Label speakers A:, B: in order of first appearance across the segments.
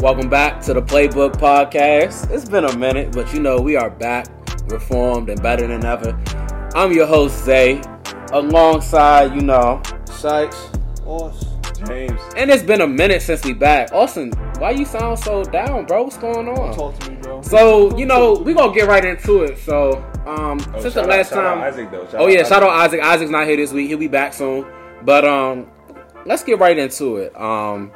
A: Welcome back to the Playbook Podcast. It's been a minute, but you know, we are back, reformed, and better than ever. I'm your host, Zay, alongside, you know,
B: Sykes, Oss, James.
A: and it's been a minute since we back. Austin, why you sound so down, bro? What's going on?
B: Talk to me, bro.
A: So, you know, we going to get right into it. So, um,
C: Oh,
A: since
C: shout
A: the
C: out-
A: last
C: shout out
A: time.
C: Isaac though. Shout
A: Oh yeah,
C: out
A: shout out Isaac. Isaac's not here this week. He'll be back soon. But um, let's get right into it. Um,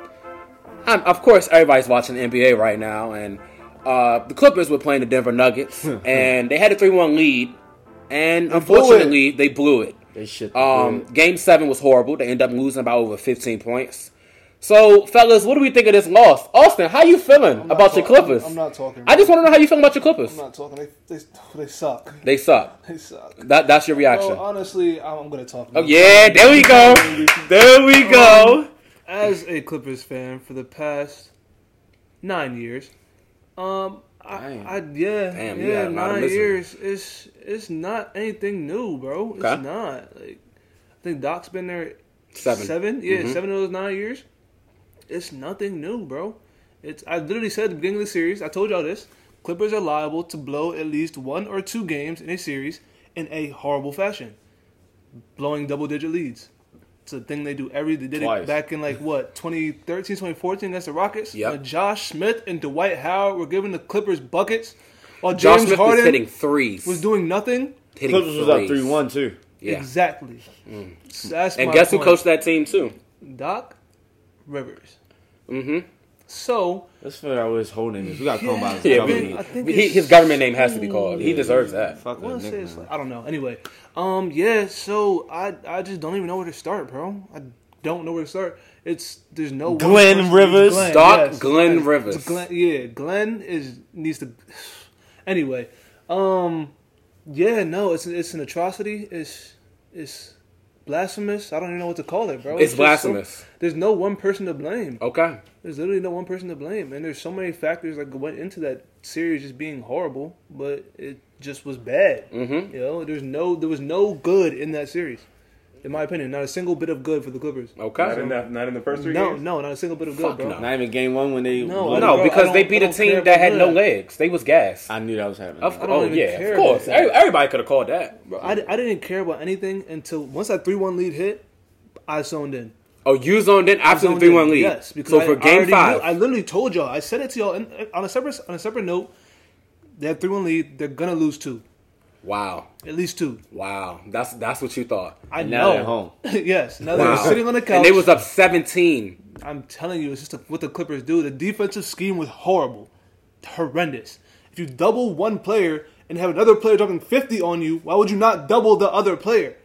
A: I'm, of course, everybody's watching the NBA right now, and uh, the Clippers were playing the Denver Nuggets, and they had a three-one lead, and
B: blew it.
A: unfortunately, they blew it.
B: They shit.
A: Um, game seven was horrible. They ended up losing by over 15 points. So, fellas, what do we think of this loss? Austin, how you feeling about your Clippers?
B: I'm not talking.
A: I just want to know how you feel about your Clippers.
B: I'm not talking. They, they, they suck.
A: They suck.
B: They suck.
A: That, that's your reaction.
B: Bro,
D: Oh,
B: honestly, I'm, I'm gonna talk.
A: Oh, yeah, there we go. There we go.
D: as a Clippers fan for the past nine years, um, I,
A: Damn.
D: I yeah,
A: Damn, you
D: yeah,
A: had a lot of
D: nine
A: misery.
D: years. It's it's not anything new, bro. It's
A: Okay.
D: not like I think Doc's been there
A: Seven. Mm-hmm.
D: yeah, seven of those nine years. It's nothing new, bro. It's I literally said at the beginning of the series. I told y'all this. Clippers are liable to blow at least one or two games in a series in a horrible fashion, blowing double-digit leads. It's a thing they do every. They did
A: Twice.
D: it back in like what 2013, 2014 against the Rockets.
A: Yep.
D: When Josh Smith and Dwight Howard were giving the Clippers buckets, while
A: Josh
D: James
A: Smith was
D: Harden
A: hitting threes.
D: was doing nothing.
A: hitting
B: Clippers was up three one too.
A: Yeah. Mm.
D: Exactly. That's
A: And
D: my
A: guess who
D: point.
A: coached that team too?
D: Doc Rivers.
A: Mm-hmm.
D: So
B: Let's figure out what his whole name is. We gotta come by his
A: Yeah,
B: company.
A: we-
D: I think
A: He,
D: it's-
A: his government name has to be called. He deserves that.
D: I
B: Fuck
D: want
B: that
D: to say it's
B: nickname.
D: like, I don't know. Anyway, um, yeah. So I I just don't even know where to start, bro. I don't know where to start. It's there's no one
B: Glenn
D: person-
B: Rivers?
A: Doc Glenn Rivers.
D: It's Glenn, yeah, Glenn is needs to. Anyway, um, yeah, no, it's it's an atrocity. It's it's blasphemous. I don't even know what to call it, bro.
A: It's
D: just so-
A: blasphemous.
D: there's no one person to blame.
A: Okay.
D: There's literally no one person to blame, and there's so many factors that went into that series just being horrible, but it just was bad.
A: Mhm.
D: You know, there's no, there was no good in that series, in my opinion. Not a single bit of good for the Clippers.
C: Not
A: Okay.
C: in, that, not in the first three
D: No,
C: games.
D: no, not a single bit of
A: Fuck
D: good, bro.
A: no.
B: Not even game one when they.
D: No,
B: won.
D: I
A: No,
D: don't-
A: because
D: I
A: they
D: don't-
A: beat
D: I
A: a
D: don't care
A: team that
D: about
A: had no
D: that.
A: legs. They was gas.
B: I knew that was happening.
A: Of,
D: I don't
A: oh
D: even
A: yeah,
D: care
A: of course.
D: about that.
A: Every- Everybody could have called that.
D: Bro, I, I didn't care about anything until once that three-one lead hit, I zoned in.
A: Oh, you zoned in after the
D: zoned
A: three-one
D: in,
A: lead.
D: Yes, because
A: so
D: I
A: for game
D: already knew-
A: five,
D: I literally told y'all. I said it to y'all and, and on a separate on a separate note. They have three-one lead. They're gonna lose two,
A: wow,
D: at least two.
A: wow, that's that's what you thought.
D: I
B: And
D: know.
B: now they're home.
D: yes. Now
A: Wow.
D: they're sitting on the couch.
A: and they was up seventeen.
D: I'm telling you, it's just what the Clippers do. The defensive scheme was horrible, horrendous. If you double one player and have another player dropping 50 on you, why would you not double the other player?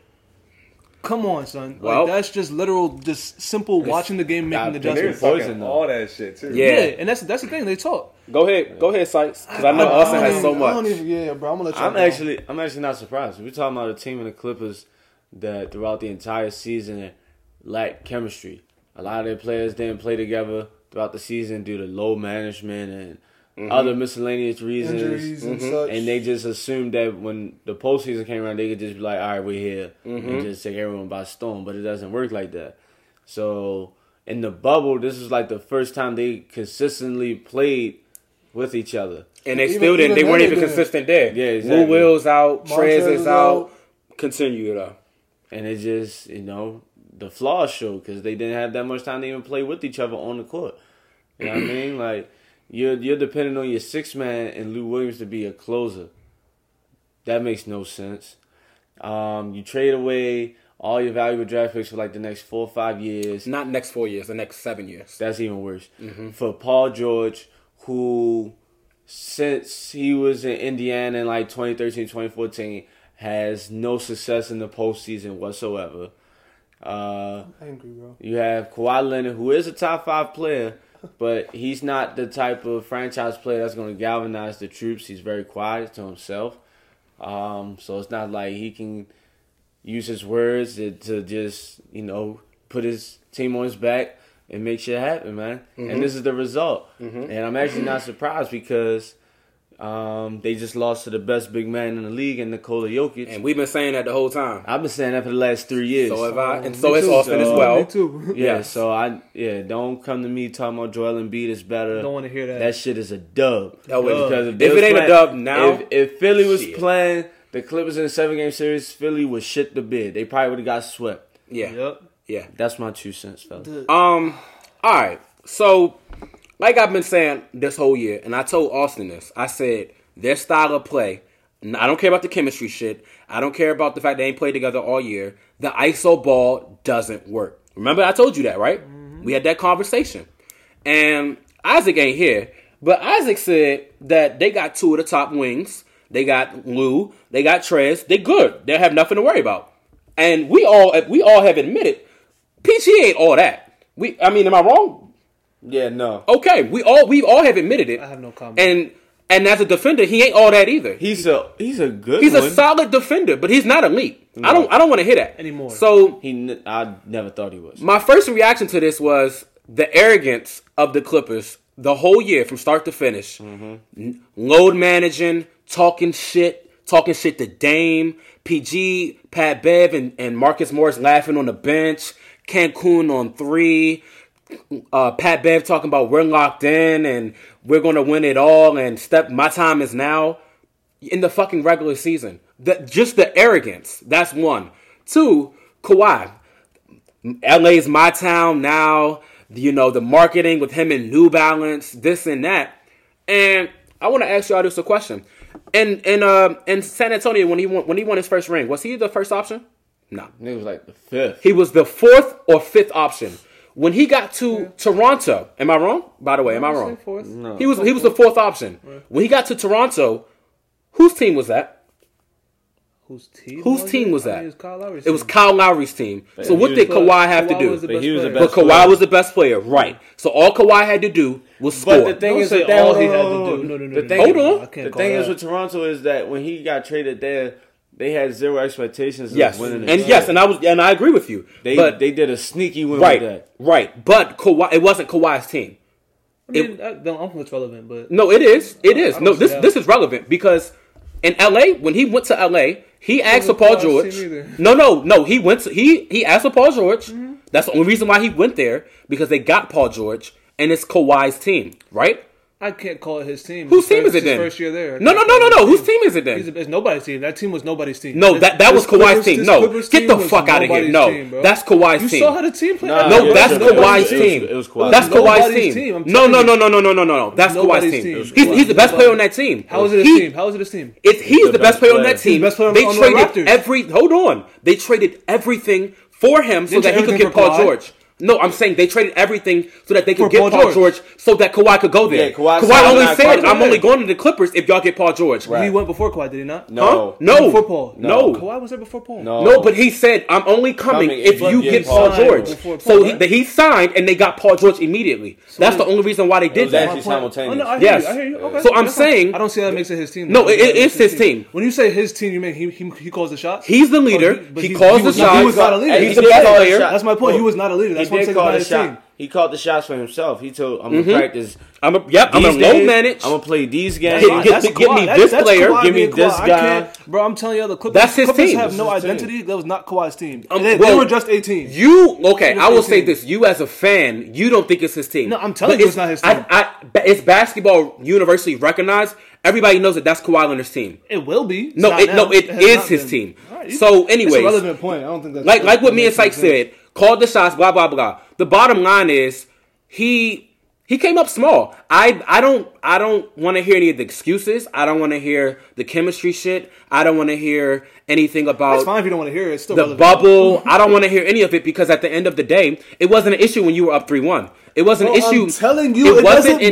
D: Come on, son.
A: Well-
D: like, that's just literal, just simple watching the game, making the
B: God,
C: And they were
D: adjustments.
B: there's- Poison,
C: talking
B: though.
C: all that shit too.
A: Yeah.
D: Yeah. and that's that's the thing they talk.
A: Go ahead, go ahead, Sykes, because I know
D: I- I
A: Austin
D: don't
A: has so
D: even- I don't
A: much.
D: even- yeah, bro. I'm gonna let you.
B: I'm actually, I'm actually not surprised. We're talking about a team in the Clippers that throughout the entire season lacked chemistry. A lot of their players didn't play together throughout the season due to low management and other miscellaneous reasons. Mm-hmm.
E: injuries and such.
B: And they just assumed that when the postseason came around, they could just be like, "All right, we're here," and just take everyone by storm. But it doesn't work like that. So in the bubble, this is like the first time they consistently played with each other.
A: and they
E: Even-
A: still didn't.
E: even
A: They
E: then
A: weren't
E: they
A: even
E: didn't.
A: consistent there.
B: Yeah, exactly.
A: Lou Will's out, Trez
E: Montrez
A: is
E: is
A: out.
E: out.
A: Continue though.
B: and it just you know the flaws show because they didn't have that much time to even play with each other on the court. You know what I mean? Like you're you're depending on your six man and Lou Williams to be a closer. That makes no sense. Um, you trade away all your valuable draft picks for like the next four or five years.
A: Not next four years, the next seven years.
B: That's even worse. For Paul George, who since he was in Indiana in like 2013, 2014, has no success in the postseason whatsoever. Uh,
E: angry, bro.
B: you have Kawhi Leonard, who is a top five player, but he's not the type of franchise player that's going to galvanize the troops. He's very quiet to himself. Um, so it's not like he can use his words to, to just, you know, put his team on his back and
A: Mm-hmm.
B: make shit happen, man. And this is the result. And I'm actually not surprised because Um, they just lost to the best big man in the league, and Nikola Jokic.
A: And we've been saying that the whole time.
B: I've been saying that for the last three years.
A: So have I, and
D: Me
A: so it's
D: too.
A: Austin as
B: So-
A: well.
D: Me too.
B: yeah, so I yeah, don't come to me talking about Joel Embiid is better.
D: Don't wanna hear that.
B: That shit is a dub.
A: Oh, it is.
B: Because
A: If
B: they
A: it
B: was
A: ain't a
B: playing-
A: dub now,
B: if, if Philly was
A: shit.
B: playing the Clippers in a seven game series, Philly would shit the bid. They probably would have got swept.
A: Yeah,
D: Yep.
A: yeah.
B: That's my two cents, fellas.
D: The-
A: Um. All right. So, like I've been saying this whole year, and I told Austin this. I said their style of play. n- I don't care about the chemistry shit. I don't care about the fact they ain't played together all year. The ISO ball doesn't work. Remember, I told you that, right? We had that conversation, and Isaac ain't here. But Isaac said that they got two of the top wings. They got Lou. They got Trez. They good. They have nothing to worry about. And we all we all have admitted PG ain't all that. We, I mean, am I wrong?
B: Yeah, no.
D: Oh.
A: Okay, we all we all have admitted it.
D: I have no comment.
A: And and as a defender, he ain't all that either.
B: He's a he's a good
A: he's
B: one.
A: a solid defender, but he's not elite. I don't I don't want to hear that
D: Anymore.
A: So
B: he n- I never thought he was.
A: my first reaction to this was the arrogance of the Clippers the whole year from start to finish. N- Load managing, talking shit, talking shit to Dame, PG, Pat Bev, and, and Marcus Morris laughing on the bench, Cancun on three, uh, Pat Bev talking about we're locked in and we're going to win it all and step my time is now in the fucking regular season. That just the arrogance. That's one. Two, Kawhi. LA's my town now. You know, the marketing with him and New Balance, this and that. And I want to ask y'all this a question. In in um in San Antonio when he won when he won his first ring, was he the first option? No.
B: Nigga was like the fifth.
A: He was the fourth or fifth option. When he got to Toronto, am I wrong? By the way, am I wrong?
D: Fourth.
A: He was he was the fourth option. When he got to Toronto, whose team was that?
D: Whose team?
A: Whose
D: was
A: team
D: it?
A: was
D: I
A: that?
D: mean, It was Kyle Lowry's
A: It was
D: team.
A: Kyle Lowry's team. So
B: he
A: what did
B: was-
A: Kawhi have to
D: Kawhi
A: do?
D: was the
B: But
D: best
B: he was the
D: player.
A: But
B: best
A: Kawhi was the best player, right? So all Kawhi had to do was score.
B: But the thing
D: Don't
B: is
D: say
B: that
D: all
B: hold
D: he
B: on,
D: had to
B: hold
D: do.
B: on.
D: No, no, no,
B: The
D: no,
B: thing-
D: no,
A: Hold
D: no, I
A: on.
D: can't
B: The
D: call
B: thing
D: that.
B: is with Toronto is that when he got traded there, they had zero expectations of
A: yes,
B: winning.
A: and
B: the title.
A: yes, and I was and I agree with you.
B: they
A: but
B: they did a sneaky win
A: right,
B: with that.
A: right. But Kawhi, it wasn't Kawhi's team.
D: I mean, I don't, I don't think it's relevant, but
A: No, it is. It is.
D: I
A: No,
D: don't
A: this
D: see that.
A: this is relevant because in LA, when he went to LA, he asked for Paul
D: Kawhi's
A: George.
D: team either. Mm-hmm.
A: No, no, no. He went. To, he he asked for Paul George. That's the only reason why he went there because they got Paul George, and it's Kawhi's team, right?
D: I can't call it his team.
A: Whose
D: His
A: team is
D: first-
A: it
D: his
A: then?
D: First year there. I
A: No, no,
D: can't
A: no, no,
D: call it
A: no.
D: his
A: Whose
D: team.
A: team is it then?
D: He's- It's nobody's team. That team was nobody's team.
A: No,
D: This-
A: that, that was
D: this
A: Kawhi's
D: Clippers-
A: team.
D: this
A: No,
D: Clippers
A: get
D: team
A: the
D: was
A: fuck out of here.
D: nobody's
A: No,
D: team, bro.
A: that's Kawhi's
D: You
A: team.
D: saw how the team played.
B: Nah,
D: that
A: no,
D: year.
B: it
A: that's
B: was- it
A: Kawhi's
B: was- it was-
A: team.
B: it was Kawhi.
A: That's
D: It was
A: Kawhi's
D: nobody's
A: team.
D: team, I'm
A: no,
D: telling
A: no,
D: you.
A: no, no, no, no, no, no, no. That's Kawhi's
D: Nobody's
A: team.
D: team. It was
A: He's,
B: Kawhi.
A: he's the best player on that team.
D: How is it his
A: He-
D: team? How is it his team?
A: It's he's the, best, player on that
B: He's
A: team.
D: the best player on-
A: they
D: on the
A: traded
D: Raptors.
A: every. Hold on, they traded everything for him so
D: Didn't
A: that he could
D: everything
A: get
D: for
A: Paul
D: Kawhi?
A: George. No, I'm saying they traded everything so that they could
D: For
A: get
D: Paul
A: Paul George.
D: George.
A: so that Kawhi could go there.
B: Yeah, Kawhi
A: Kawhi
B: signed
A: only
B: that
A: said,
B: contract.
A: "I'm only going to the Clippers if y'all get Paul George."
D: He
B: Right.
D: went before Kawhi, did he not?
A: Huh?
B: No.
A: No,
D: Before Paul.
A: No,
D: Kawhi was there before Paul.
B: No.
A: No, but he said, "I'm only coming,
B: Coming
A: if you get Paul
D: signed
A: George."
D: before Paul,
A: so he,
D: right?
A: that he signed, and they got Paul George immediately. That's the only reason why they did
B: was
A: that.
B: actually- simultaneous.
D: Oh, no, I hear
A: Yes.
D: you, I hear you. Okay,
A: So I'm
D: that's fine.
A: saying-
D: I don't see how that makes it his team.
A: No,
D: though.
A: it- it- it's his team.
D: When you say his team, you mean he he, he calls the shots.
A: He's the leader.
D: But but
A: he, calls the
D: was not-
A: shots.
D: He was not a leader.
A: He's
D: He
A: the
D: did
A: best
D: call the
A: player.
D: shots. That's my point. He was not a leader. That's
B: he
D: what I'm
B: did
D: saying
B: call
D: about
B: the
D: his team.
B: shot. He called the shots for himself. He told, "I'm gonna practice.
A: I'm a, Mm-hmm. yep. I'm a
B: these
A: low
B: days.
A: manage.
B: I'm gonna play these games.
A: Get- get-
D: That's
A: give me
D: Kawhi. That-
A: this
D: that's
A: player,
D: Kawhi
B: give me
D: being Kawhi.
B: this
D: I
B: guy.
D: can't- bro. I'm telling you, the Clippers,
A: That's his
D: Clippers
A: team.
D: have no
B: That's his team.
D: identity. That was not Kawhi's team.
A: Um,
D: they,
A: well,
D: they were just 18.
A: You okay? I will say
D: 18.
A: this: you as a fan, you don't think it's his team.
D: No, I'm telling
A: But
D: you it's not his team.
A: I, I, ba- it's basketball universally recognized. Everybody knows that that's Kawhi Leonard's team.
D: it will be. It's
A: No,
D: not
A: it,
D: now.
A: no, it
D: has
A: is
D: not
A: his
D: been.
A: team.
D: All right, you-
A: So,
D: That's a
A: anyways,
D: relevant point. I don't think that's
A: like like what me and
D: makes any
A: Sykes
D: sense.
A: said, called the shots, blah blah blah. The bottom line is he he came up small. I I don't I don't want to hear any of the excuses. I don't want to hear the chemistry shit. I don't want to hear anything about
D: It's fine if you don't want to hear it. It's still
A: the
D: relevant.
A: bubble. I don't want to hear any of it because at the end of the day, it wasn't an issue when you were up three one. It was an
D: Bro,
A: issue.
D: I'm telling you, it, doesn't matter.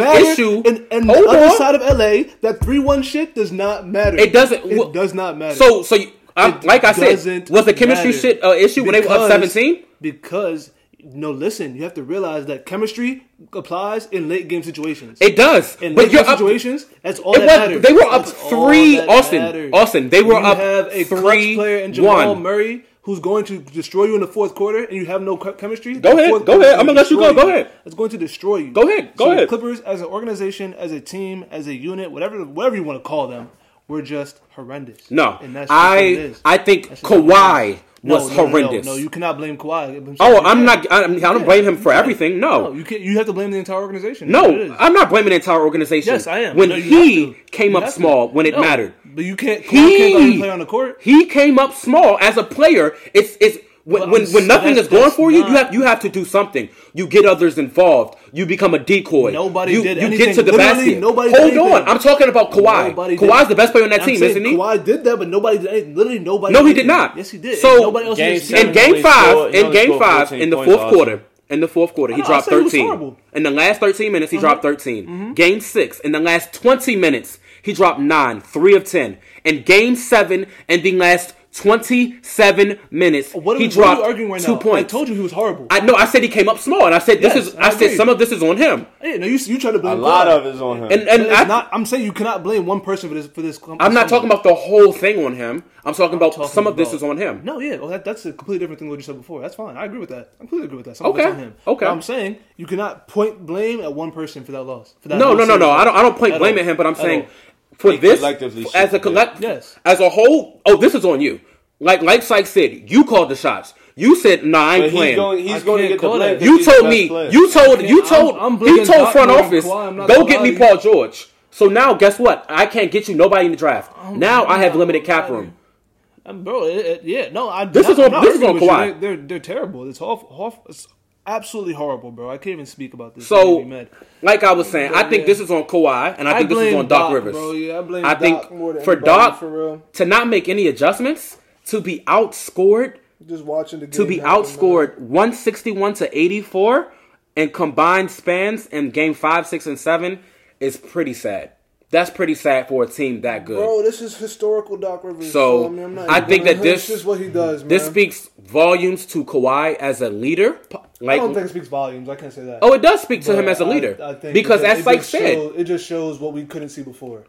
D: And, and the
A: Hold
D: other
A: on.
D: side of LA, that three-one shit does not matter.
A: It doesn't.
D: It
A: well,
D: does not matter.
A: So, so you, I'm,
D: It
A: like I said,
D: doesn't
A: was the chemistry
D: matter.
A: shit uh, issue when they were up
D: Because-
A: seventeen?
D: Because no, listen, you have to realize that chemistry applies in late game situations.
A: It does,
D: in
A: but
D: late
A: you're
D: game
A: up.
D: situations, that's all
A: It
D: that
A: was-
D: matters.
A: they were up
D: That's all
A: three,
D: that
A: Austin.
D: matters.
A: Austin, they were
D: you
A: up
D: have a clutch
A: three,
D: player in Jamal
A: one.
D: Murray who's going to destroy you in the fourth quarter, and you have no chem- chemistry.
A: Go
D: the
A: ahead,
D: fourth
A: go
D: quarter
A: ahead.
D: is
A: I'm
D: gonna
A: gonna let you go.
D: destroy
A: Go ahead.
D: It's going to destroy you.
A: Go ahead, go
D: So the
A: ahead.
D: Clippers, as an organization, as a team, as a unit, whatever, whatever you want to call them, were just horrendous.
A: No,
D: and that's just what
A: I
D: it is.
A: I think
D: That's just what it
A: Kawhi
D: No,
A: was
D: no, no, no,
A: horrendous.
D: No, you cannot blame Kawhi.
A: oh, I'm not. I, I don't blame him for everything.
D: No, you can not You have to blame the entire organization. That's what it
A: No,
D: is.
A: I'm not blaming the entire organization.
D: Yes, I am.
A: When
D: No, you
A: he
D: have to.
A: came
D: You
A: up
D: have to.
A: small, when it
D: No,
A: mattered,
D: But you can't. Kawhi
A: he
D: can't go out and play on the court.
A: He came up small as a player. It's it's when
D: But
A: when,
D: I'm
A: when nothing
D: that's-
A: is going
D: that's
A: for you, you
D: not-
A: have you have to do something. You get others involved. You become a decoy.
D: Nobody
A: you,
D: did
A: You
D: anything.
A: get to the
D: Literally,
A: basket.
D: nobody did
A: Hold on,
D: anything.
A: I'm talking about Kawhi.
D: Nobody did.
A: Kawhi's the best player on that
D: I'm
A: team,
D: saying
A: isn't he?
D: Kawhi did that, but nobody did. anything. Literally nobody.
A: No, he
D: did
A: did
D: that.
A: not.
D: Yes, he did.
A: So,
D: And nobody else.
B: Game
D: did
B: seven,
D: that.
A: in
B: He
A: game
B: only
A: five,
B: scored- he
A: in
B: only
A: game
B: scored
A: five,
B: 14
A: in the
B: points
A: fourth
B: last
A: quarter,
B: year.
A: in the fourth quarter, he
D: I
A: dropped
D: said he was
A: thirteen.
D: horrible. Uh-huh. Mm-hmm.
A: In the last thirteen minutes, he dropped 13 Game six, in the last twenty minutes, he dropped nine, three of ten. And game seven, in the last twenty-seven minutes,
D: What are,
A: he
D: we, what are
A: dropped
D: we arguing right
A: two
D: now?
A: points.
D: I told you he was horrible.
A: I know. I said he came up small, and I said this
D: Yes,
A: is.
D: I
A: I, said
D: agree.
A: some of this is on him.
D: Hey, no, you you try to blame
B: A lot
D: Kawhi.
B: of it's on him.
A: And and
D: But it's
A: I,
D: not. I'm saying you cannot blame one person for this. For this, com-
A: I'm not talking
D: something.
A: about the whole thing on him. I'm talking about
D: talking
A: some of this
D: about-
A: is on him.
D: No, yeah, well, that, that's a completely different thing than what you said before. That's fine. I agree with that. I completely agree with that. Some of
A: Okay,
D: it's on him.
A: okay.
D: But I'm saying you cannot point blame at one person for that loss. For that
A: No,
D: whole
A: no, no, no.
D: series.
A: I don't. I don't point
D: At
A: blame
D: all.
A: at him, but I'm
D: At
A: saying
D: all.
A: for
B: They
A: this
B: collectively
A: as a
B: should,
A: collect
D: yeah. Yes.
A: as a whole. Oh, this is on you. Like like Sykes said, you called the shots. You said nah, I ain't
B: But he's
A: playing.
B: going,
D: I
B: he's going to
D: can't
B: get the
D: call
B: blame.
D: that.
B: 'cause
A: you
B: he's the
A: told
B: best
A: me.
B: player.
A: You told. You
D: I'm-
A: told.
D: I'm
A: he
D: blaming
A: told
D: Doc
A: front
D: more than
A: office,
D: Kawhi, I'm not
A: go
D: gonna
A: get
D: lie
A: me
D: to
A: Paul George. So now, guess what? I can't get you nobody in the draft.
D: Oh
A: now I
D: I'm
A: have
D: not
A: limited
D: gonna lie
A: cap
D: to
A: room.
D: you. Um, bro, it, it, yeah, no, I.
A: This is on- this is on Kawhi.
D: They're, they're they're terrible. It's awful, awful. It's absolutely horrible, bro. I can't even speak about this. It made me
A: So,
D: mad.
A: like I was saying, I think
D: yeah.
A: this is on Kawhi, and I
D: I
A: think this is
D: blame
A: on Doc,
D: Doc,
A: Rivers.
D: bro. Yeah, I blame Doc more
A: think
C: than
A: for
C: anybody,
A: Doc
C: for real.
A: to not make any adjustments, to be outscored,
C: Just watching the game.
A: to be
C: happen,
A: outscored 161 to 84, and combined spans in game five, six, and seven is pretty sad. That's pretty sad for a team that good.
C: man. Bro, this is historical Doc Rivers.
A: So,
C: I, mean, I'm not
A: I
C: even
A: think
C: gonna-
A: that this-
C: is what he does, man.
A: this speaks volumes to Kawhi as a leader.
C: I
A: Like,
C: don't think it speaks volumes. I can't say that.
A: oh, it does speak to him as a
C: I-
A: leader
C: I think
A: because,
C: it-
A: as
C: it
A: Sykes
C: just
A: said,
C: shows- it just shows what we couldn't see before.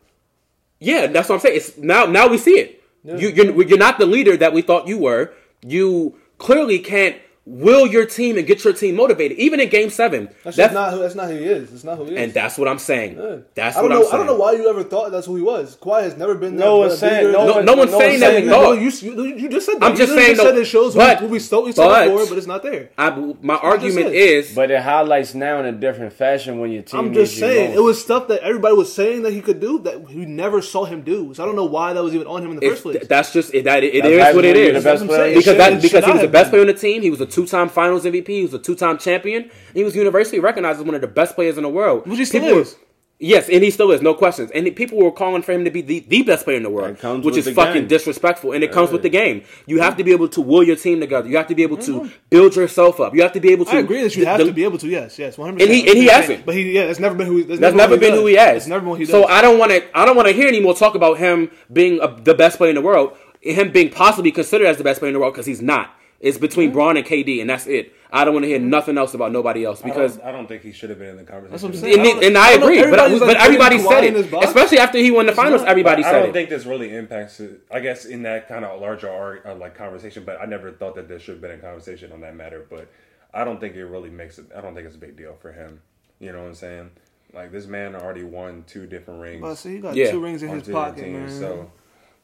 A: Yeah, that's what I'm saying. It's now now we see it. You you're, you're not the leader that we thought you were. You clearly can't will your team and get your team motivated. Even in Game Seven, That's-
C: That's, just not who. That's not who he is. That's not who he is.
A: and that's what I'm saying.
C: Yeah.
A: That's
C: I
A: what I'm
C: don't know.
A: saying.
C: I don't know why you ever thought that's who he was. Kawhi has never been that
B: No
C: good
B: one's saying.
C: leader.
B: No,
A: no
B: one-
A: one's saying that we
C: No,
A: thought.
C: you, you, you just said that.
A: I'm
C: You
A: just
C: literally
A: saying,
C: said
A: though,
C: it shows
A: but-
C: what we, what we saw, we saw
A: but-
C: before, but it's not there.
A: I, my
C: just
A: argument
C: saying.
A: is
B: But it highlights now in a different fashion when your team.
C: I'm
B: needs
C: just
B: you
C: saying
B: most.
C: it was stuff that everybody was saying that he could do that we never saw him do. So I don't know why that was even on him in the
A: it's,
C: first place.
A: that's just it, that it, it
B: That's
A: is
B: why
A: what it
B: you're the
A: is.
B: best
C: I'm
B: player.
C: saying.
A: because
C: Should-
A: that
C: should
A: because he
C: not
A: was the
C: have
A: best
C: been.
A: player on the team. He was a two-time Finals MVP. He was a two-time champion. And he was universally recognized as one of the best players in the world.
D: Which he still
A: People were-
D: is.
A: yes, and he still is, no questions. And people were calling for him to be the, the best player in the world,
B: That comes
A: which
B: with
A: is
B: the
A: fucking
B: game.
A: disrespectful. And it comes with the game. You have to be able to will your team together. You have to be able to build yourself up. You have to be able to.
D: Mm-hmm. I agree that you have
A: the-
D: to be able to. Yes, yes, one hundred.
A: And he- and he hasn't.
D: But he, yeah, that's never been who. he- That's,
A: That's never
D: what he
A: been
D: does.
A: who he is.
D: That's never been what he does.
A: So I don't want to. I don't want to hear any more talk about him being a, the best player in the world. Him being possibly considered as the best player in the world because he's not. It's between Braun and KD, and that's it. I don't want to hear nothing else about nobody else because.
E: I don't think he should have been in the conversation.
D: That's what I'm saying.
A: And,
D: don't-
A: and I
D: don't know,
A: agree, but,
D: everybody's, like,
A: but
D: putting
A: everybody
D: Kawhi
A: said
D: in his
A: it,
D: box.
A: especially after he won the finals. Everybody
E: I
A: said
E: don't
A: it.
E: think this really impacts it. I guess in that kind of larger arc, uh, like conversation, but I never thought that there should have been a conversation on that matter. But I don't think it really makes it. I don't think it's a big deal for him. You know what I'm saying? Like this man already won two different rings
D: But see, he got
A: Yeah.
D: two rings in
E: on
D: his
E: two different
D: pocket, man.
E: So,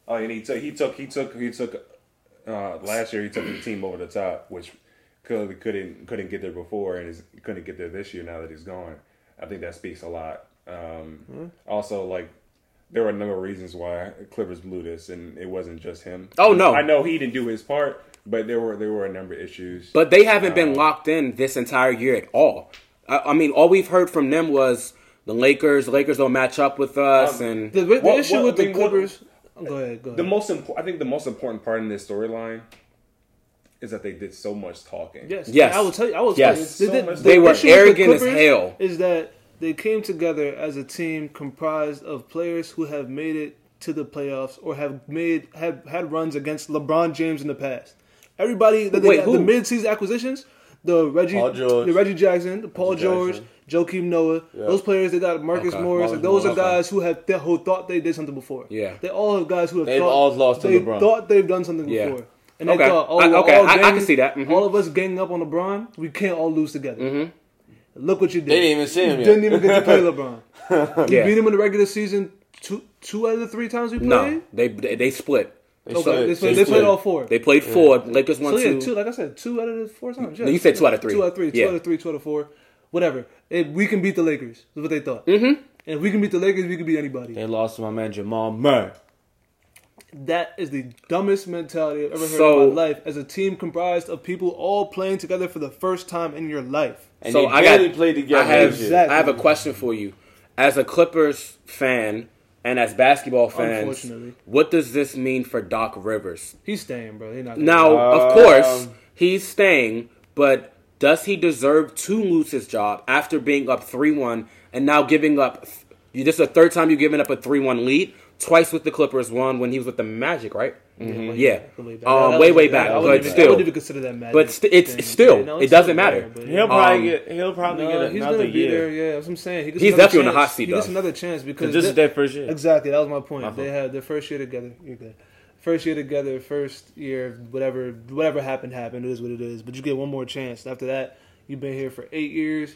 E: oh, and he took he took he took he took uh, last year he took the team over the top, which clearly couldn't couldn't get there before, and is, couldn't get there this year. Now that he's gone, I think that speaks a lot. Um,
D: Hmm?
E: Also, like there were a number of reasons why Clippers blew this, and it wasn't just him.
A: Oh, no.
E: I know he didn't do his part, but there were there were a number of issues.
A: But they haven't been locked in this entire year at all. I, I mean, all we've heard from them was the Lakers. The Lakers don't match up with us, and
D: The, the
E: What-
D: issue
E: what-
D: with
E: I
D: the
E: mean, what-
D: Clippers. go ahead, go ahead.
E: the most important, I think, the most important part in this storyline is that they did so much talking.
D: Yes.
A: Yes.
D: I will tell you. I will
A: Yes.
D: tell you.
E: So much-
A: They were
D: issue with the
A: arrogant as
D: Clippers
A: hell.
D: Is that they came together as a team comprised of players who have made it to the playoffs or have made have had runs against LeBron James in the past. Everybody that they
A: Wait,
D: got,
A: who?
D: the midseason acquisitions, the Reggie,
B: Paul George.
D: the Reggie Jackson, the Paul George,
B: Jackson.
D: Joakim Noah, those players they got Marcus
A: Okay.
D: Morris.
B: Marcus
D: those
B: Morris,
D: are
B: okay.
D: guys who have th- who thought they did something before.
A: Yeah.
D: they all have guys who have
B: They've
D: thought,
B: all lost to
D: they
B: LeBron.
D: thought they've done something
A: Yeah.
D: before. And they
A: Okay.
D: thought, oh,
A: I-
D: we're
A: okay,
D: all
A: I- I can
D: gang-
A: see that, mhm.
D: All of us gang up on LeBron, we can't all lose together.
A: Mm-hmm.
D: Look what you did.
B: They didn't even see him
D: You
B: yet.
D: Didn't even get to play LeBron. You
A: Yeah.
D: beat him in the regular season two two out of the three times we played.
A: No, they, they they split.
B: They
D: Okay,
B: slid.
D: they, played, they
B: slid.
D: played all four.
A: They played four. Lakers won
D: so
A: two.
D: yeah, two. Like I said, two out of the four times. Yeah.
A: No, you said two out of three.
D: Two out of three. Two
A: Yeah.
D: out of three. Two out of four. Whatever. If we can beat the Lakers. Is what they thought. Mm-hmm. And if we can beat the Lakers, we can beat anybody.
B: They lost to my man Jamal Murray.
D: That is the dumbest mentality I've ever heard
A: So-
D: in my life. As a team comprised of people all playing together for the first time in your life.
B: And
A: so
B: they
A: I
B: barely
A: got,
B: played together.
A: I have,
B: this year.
D: Exactly.
A: I have a question for you, as a Clippers fan and as basketball fans.
D: Unfortunately.
A: What does this mean for Doc Rivers?
D: He's staying, bro. He's not. gonna-
A: Now, of
B: Um,
A: course, he's staying, but does he deserve to lose his job after being up three-one and now giving up? th- You this is the third time you're giving up a three-one lead. Twice with the Clippers, one when he was with the Magic, right?
D: Mm-hmm.
A: Yeah,
D: Way back.
A: Um,
D: That
A: way
D: was-
A: way
D: yeah,
A: back,
D: I wouldn't
A: but
D: even- I
A: still,
D: wouldn't even consider that magic.
A: But st- it's-
D: thing.
A: still,
D: no,
A: it
D: it's
A: doesn't
D: still
A: matter.
D: but-
B: He'll probably
A: Um,
B: get. He'll probably
D: No,
B: get
D: he's
B: another
D: gonna be there.
B: year.
D: Yeah, that's what I'm saying. He gets
A: He's
D: another
A: definitely on the
D: chance.
A: hot seat,
D: He gets
A: though.
D: another chance because
B: Because this
D: they-
B: is their first year.
D: Exactly, that was my point.
B: fault.
D: they had their first year together. You're good. First year together, first year, whatever, whatever happened happened. It is what it is. But you get one more chance. After that, you've been here for eight years,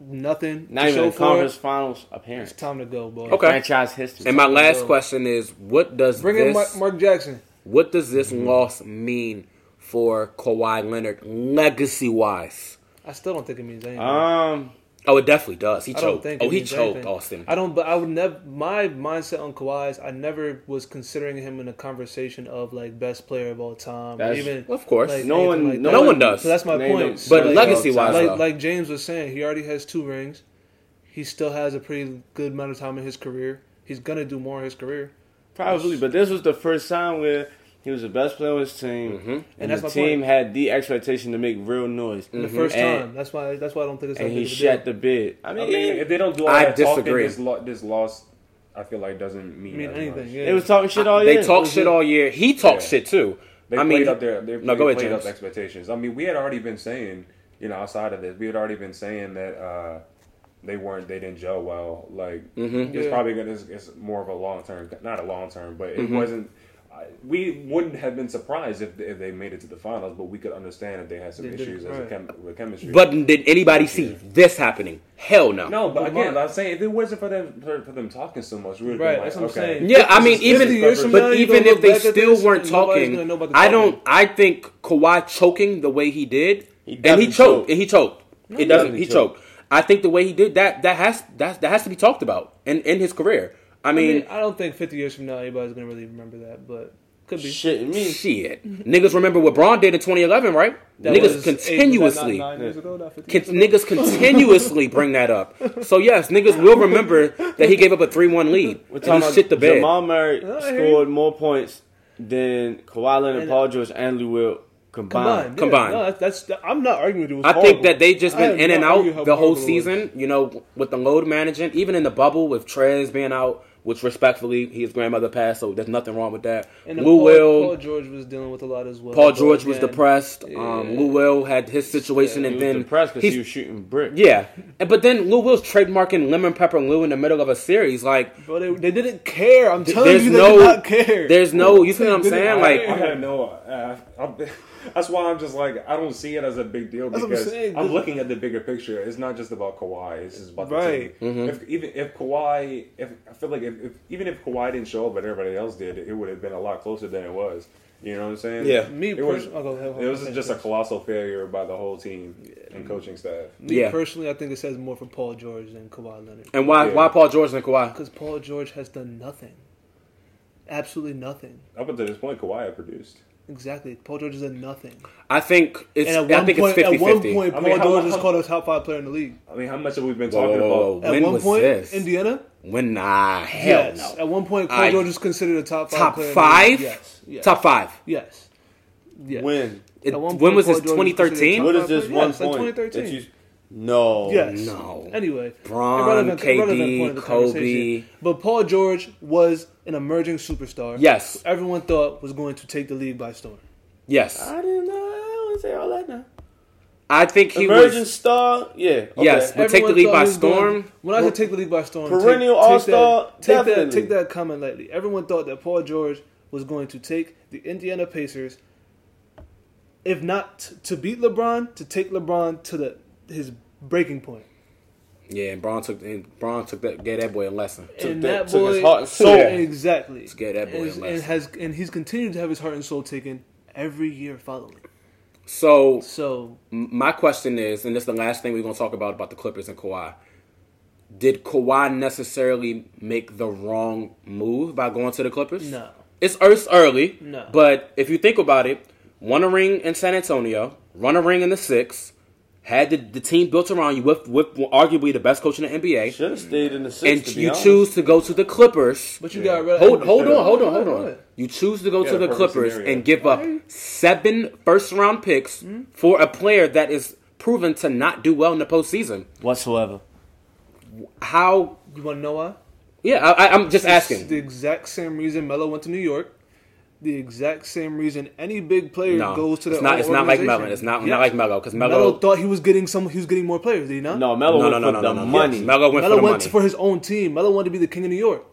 D: nothing.
B: Not
D: to
B: even
D: show
B: a
D: for it.
B: conference finals appearance.
D: It's time to go, boy.
A: Okay.
B: Franchise history.
A: And my last
D: Bro.
A: question is, what does
D: Bring in
A: this
D: Mark, Mark Jackson.
A: what does this loss mean for Kawhi Leonard legacy wise?
D: I still don't think it means anything.
B: um.
A: Oh, it definitely does. He
D: I don't
A: choked.
D: think.
A: Oh,
D: it
A: he
D: means
A: choked
D: anything.
A: Austin.
D: I don't. But I would never. My mindset on Kawhi is I never was considering him in a conversation of like best player of all time.
B: That's-
D: even
A: Of course.
B: No
D: anything
B: one.
D: like
B: no,
D: that.
A: one does.
D: So that's my
B: They
D: point.
B: don't-
D: So,
A: But
D: like,
A: legacy-wise,
D: like,
A: though.
D: like James was saying, he already has two rings. He still has a pretty good amount of time in his career. He's gonna do more in his career.
B: Probably, but this was the first time where he was the best player on his team, and,
D: And that's
B: the
D: my
B: team
D: point.
B: had the expectation to make real noise.
D: The
A: Mm-hmm.
D: first
B: and,
D: time. That's why. That's why I don't think it's.
B: and
D: that
B: he
D: big of a
B: shat
D: deal.
B: the bid. Mm-hmm. I mean,
E: I mean, if they don't do all
A: I
E: that talking,
A: disagree.
E: this, lo- this loss, I feel like doesn't mean,
D: I mean
E: as
D: anything.
E: much.
D: Yeah.
B: they was talking shit all
A: they
B: year.
A: talk shit all year. He talks
E: Yeah.
A: shit too.
E: They
A: I
E: played
A: mean,
E: up their they,
A: no,
E: they
A: go ahead,
E: played up
A: James.
E: expectations. I mean, we had already been saying, you know, outside of this, we had already been saying that uh, they weren't they didn't gel well. Like it's
A: Mm-hmm.
D: Yeah.
E: probably gonna it's, it's more of a long term, not a long term, but
A: Mm-hmm.
E: it wasn't. I- We wouldn't have been surprised if, if they made it to the finals, but we could understand if they had some
D: They didn't,
E: issues as a
D: right.
E: chem- with chemistry.
A: but did anybody see this happening? Hell no.
E: no, but
D: But
E: again,
D: Mark-
E: I'm saying if it wasn't for them for, for them talking so much, we would have
D: Right,
E: been like,
D: that's what I'm
E: okay.
D: saying.
A: Yeah, I mean,
D: This is-
A: even
D: this is years from now,
A: but
D: you
A: even
D: gonna
A: if
D: look
A: they
D: back at
A: still
D: this
A: weren't
D: and nobody's gonna
A: talking,
D: know about the
A: I
D: talking.
A: don't. I think Kawhi choking the way he did, and he
B: definitely
A: choked,
B: choked.
A: and he choked. it doesn't.
B: definitely
A: He
B: choked.
A: choked. I think the way he did that that has that that has to be talked about in in his career. I
D: I
A: mean,
D: mean, I don't think 50 years from now anybody's gonna really remember that, but could be.
B: Shit, me.
A: shit, niggas remember what Braun did in 2011, right?
D: That was eight-
A: niggas
D: was that not
A: continuously.
D: nine years ago, not 50
A: Con- niggas continuously bring that up. So yes, niggas will remember that he gave up a three-one lead.
B: We're
A: and
B: talking
A: he
B: about
A: shit the bed.
B: Jamal Murray
D: I hear
B: scored more points than Kawhi Leonard,
D: And-
B: Paul George, and Lou Will
D: Combined,
B: combined.
D: yeah.
A: Combined.
D: No, that's, that's. I'm not arguing with you. It was
A: I think
D: horrible.
A: that they just
D: I
A: been
D: have
A: in
D: not
A: and
D: argued how
A: out the whole
D: horrible it was.
A: season. You know, with the load management, even in the bubble with Trez being out, which respectfully his grandmother passed, so there's nothing wrong with that.
D: And
A: Lou
D: Paul,
A: Will,
D: Paul
A: Paul,
D: George was dealing with a lot as well. But
A: George was
D: again,
A: depressed. Um, Lou Will had his situation,
D: Yeah,
B: He
A: and
B: was
A: then
B: depressed because
A: he's-
B: he was shooting brick.
A: yeah. And but then Lou Will's trademarking lemon pepper Lou in the middle of a series, like
D: Bro, they, they didn't care. I'm telling
A: there's
D: you, they
A: no,
D: did not care.
A: there's no, you see what I'm
D: They did
A: saying?
D: not
A: Like
E: I had no. Uh, I'm, that's why I'm just like I don't see it as a big deal
D: That's what I'm
E: because I'm,
D: saying, 'cause-
E: looking at the bigger picture. It's not just about Kawhi. It's just about
D: Right.
E: the team.
A: Mm-hmm.
E: If even if Kawhi, if I feel like if, if even if Kawhi didn't show up, but everybody else did, it would have been a lot closer than it was. You know what I'm saying?
A: Yeah.
D: Me
E: it was,
D: pers- I'll go- I'll go-
E: it was
D: finish
E: just a colossal failure by the whole team and coaching staff.
D: Me
A: Yeah.
D: personally, I think it says more for Paul George than Kawhi Leonard
A: and why
E: Yeah.
A: why Paul George and Kawhi?
D: because Paul George has done nothing, absolutely nothing.
E: Up until this point, Kawhi had produced.
D: Exactly, Paul George has done nothing.
A: I think it's
D: And at
A: I
D: one
A: think
D: point,
A: it's 50
D: at one point,
E: I
D: Paul
E: mean, how-
D: George was
E: how-
D: called a top five player in the league.
E: I mean, how much have we been
A: Whoa,
E: talking
A: whoa, whoa.
E: about?
D: At
A: When
D: one
A: was
D: point,
A: this?
D: Indiana.
A: When nah, hell
D: yes.
A: no.
D: At one point, Paul
A: I-
D: George was considered a top five.
A: top
D: player in the
A: five?
D: league. Yes. yes.
A: Top five.
D: Yes. Yes.
B: When?
A: It-
D: At one
A: when
D: point,
A: was
D: Paul
A: this?
D: George was considered
A: 2013.
B: What is this
D: Yes,
B: one
D: like
B: point?
D: 2013.
B: that you- no.
D: Yes.
A: Oh, No.
D: Anyway,
A: Bron,
D: irrelevant-
A: KD,
D: irrelevant point of the
A: Kobe.
D: conversation. But Paul George was an emerging superstar.
A: Yes.
D: who everyone thought was going to take the league by storm.
A: Yes,
B: I didn't know. I wouldn't say all that now.
A: I think he
B: Emerging
A: was.
B: star, yeah. okay.
A: Yes. But take the
D: Everyone
A: league
D: thought
A: by
D: he was going-
A: storm?
D: when I said take the league by storm,
B: Perennial
D: take- take
B: all-star,
D: that- Take that,
B: definitely.
D: take that comment lightly. Everyone thought that Paul George was going to take the Indiana Pacers if not t- to beat LeBron, to take LeBron to the his breaking point.
A: Yeah, and Braun took and Braun took that gave that boy a lesson.
D: and
B: that-
D: that,
B: took
D: boy
B: his heart and soul.
D: exactly.
A: gave that boy a
D: and, is- and
A: lesson.
D: has and he's continued to have his heart and soul taken every year following.
A: So
D: So
A: m- my question is, and this is the last thing we're gonna talk about about the Clippers and Kawhi. Did Kawhi necessarily make the wrong move by going to the Clippers?
D: No.
A: It's it's early.
D: No.
A: But if you think about it, won a ring in San Antonio, run a ring in the six, had the, the team built around you with with arguably the best coach in the NBA,
B: Should have stayed in the six.
A: and
B: to be
A: you
B: honest.
A: choose to go to the Clippers.
D: but you
E: Yeah.
A: Hold
D: got
A: hold on, hold on, hold
D: Go
A: on.
D: ahead.
A: You choose to go
E: Yeah,
A: to the
E: perfect
A: Clippers
E: scenario.
A: and give up seven first round picks
D: Hmm?
A: for a player that is proven to not do well in the postseason.
B: whatsoever.
A: How?
D: You want to know why?
A: Yeah, I, I- I'm just
D: It's the
A: asking.
D: exact same reason Melo went to New York. The exact same reason any big player
A: No,
D: goes to the.
A: it's not. It's not like Melo. It's not not like Melo because Melo.
D: Melo thought he was getting some. He was getting more players. Did he not?
B: No, Melo
A: no,
B: went
A: no, no,
B: for
A: no,
B: the
A: no, no.
B: money
A: Melo went for
D: Melo
A: the
D: went
A: money.
D: for his own team. Melo wanted to be the king of New York.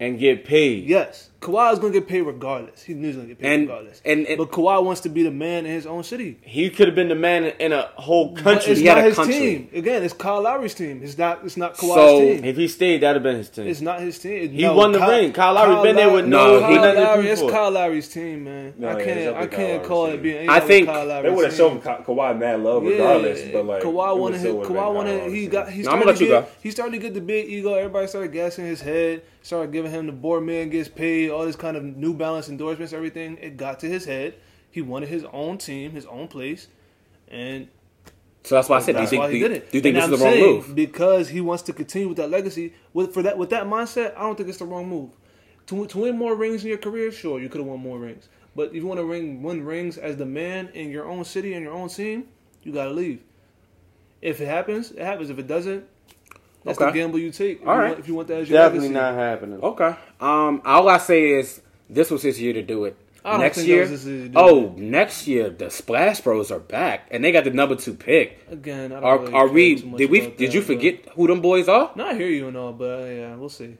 B: and get paid.
D: Yes, Kawhi is going to get paid regardless. He knew he was going to get paid
A: And-
D: regardless.
A: and- and-
D: but Kawhi wants to be the man in his own city.
B: He could have been the man in a whole
D: But
B: country.
D: it's
A: He
D: not
A: had a
D: his
A: country.
D: team. Again, it's Kyle Lowry's team. It's not. It's not Kawhi's
A: So-
D: team.
B: if he stayed, that'd have been his team.
D: It's not his team.
B: He won the ring. Kyle Lowry been there with
A: no-
D: Kyle
A: he-
D: Lowry,
B: nothing to prove
D: It's
B: for it.
D: Kyle Lowry's team, man.
E: No, yeah,
D: I
E: it's
D: can't. I
E: definitely Kyle
D: can't
E: Lowry's
D: call
E: team.
D: it being.
A: I
D: anything
A: think-
D: with Kyle Lowry's
E: They would have
D: team.
E: shown Ka- Kawhi mad love regardless, but like
D: Kawhi
E: it
D: wanted
E: was
D: his,
E: still would've been
D: Kawhi wanted
E: Kyle
D: he
E: Lowry's
D: got
E: team.
D: he
A: No, I'm
D: started,
A: gonna let
D: to
A: you
D: get,
A: go.
D: he started to get the big ego. Everybody started gassing his head. Started giving him the board man gets paid. All this kind of New Balance endorsements, everything. It got to his head. He wanted his own team, his own place, and
A: so that's why I said, do you
D: that's
A: think,
D: why
A: do
D: he
A: you,
D: did it.
A: do you think
D: And
A: this is the
D: I'm
A: wrong
D: saying,
A: move?
D: Because he wants to continue with that legacy. With for that with that mindset, I don't think it's the wrong move. To, to win more rings in your career, sure, you could have won more rings. But if you want to ring, win rings as the man in your own city and your own team, you gotta leave. If it happens, it happens. If it doesn't, that's
A: Okay.
D: the gamble you take. If
A: All
D: you
A: right.
D: want, if you want that as your
B: Definitely
D: legacy.
B: not happening.
A: Okay. Um. All I say is this was his year to do it.
D: I don't
A: next
D: think that
A: year,
D: was his year to do
A: oh, next year the Splash Bros are back, and they got the number two pick.
D: Again, I don't
A: Are,
D: really
A: are
D: care
A: we?
D: too much
A: Did we?
D: about
A: Did
D: that,
A: you
D: but-
A: forget who them boys are?
D: No, I hear you and all, but uh, yeah, we'll see.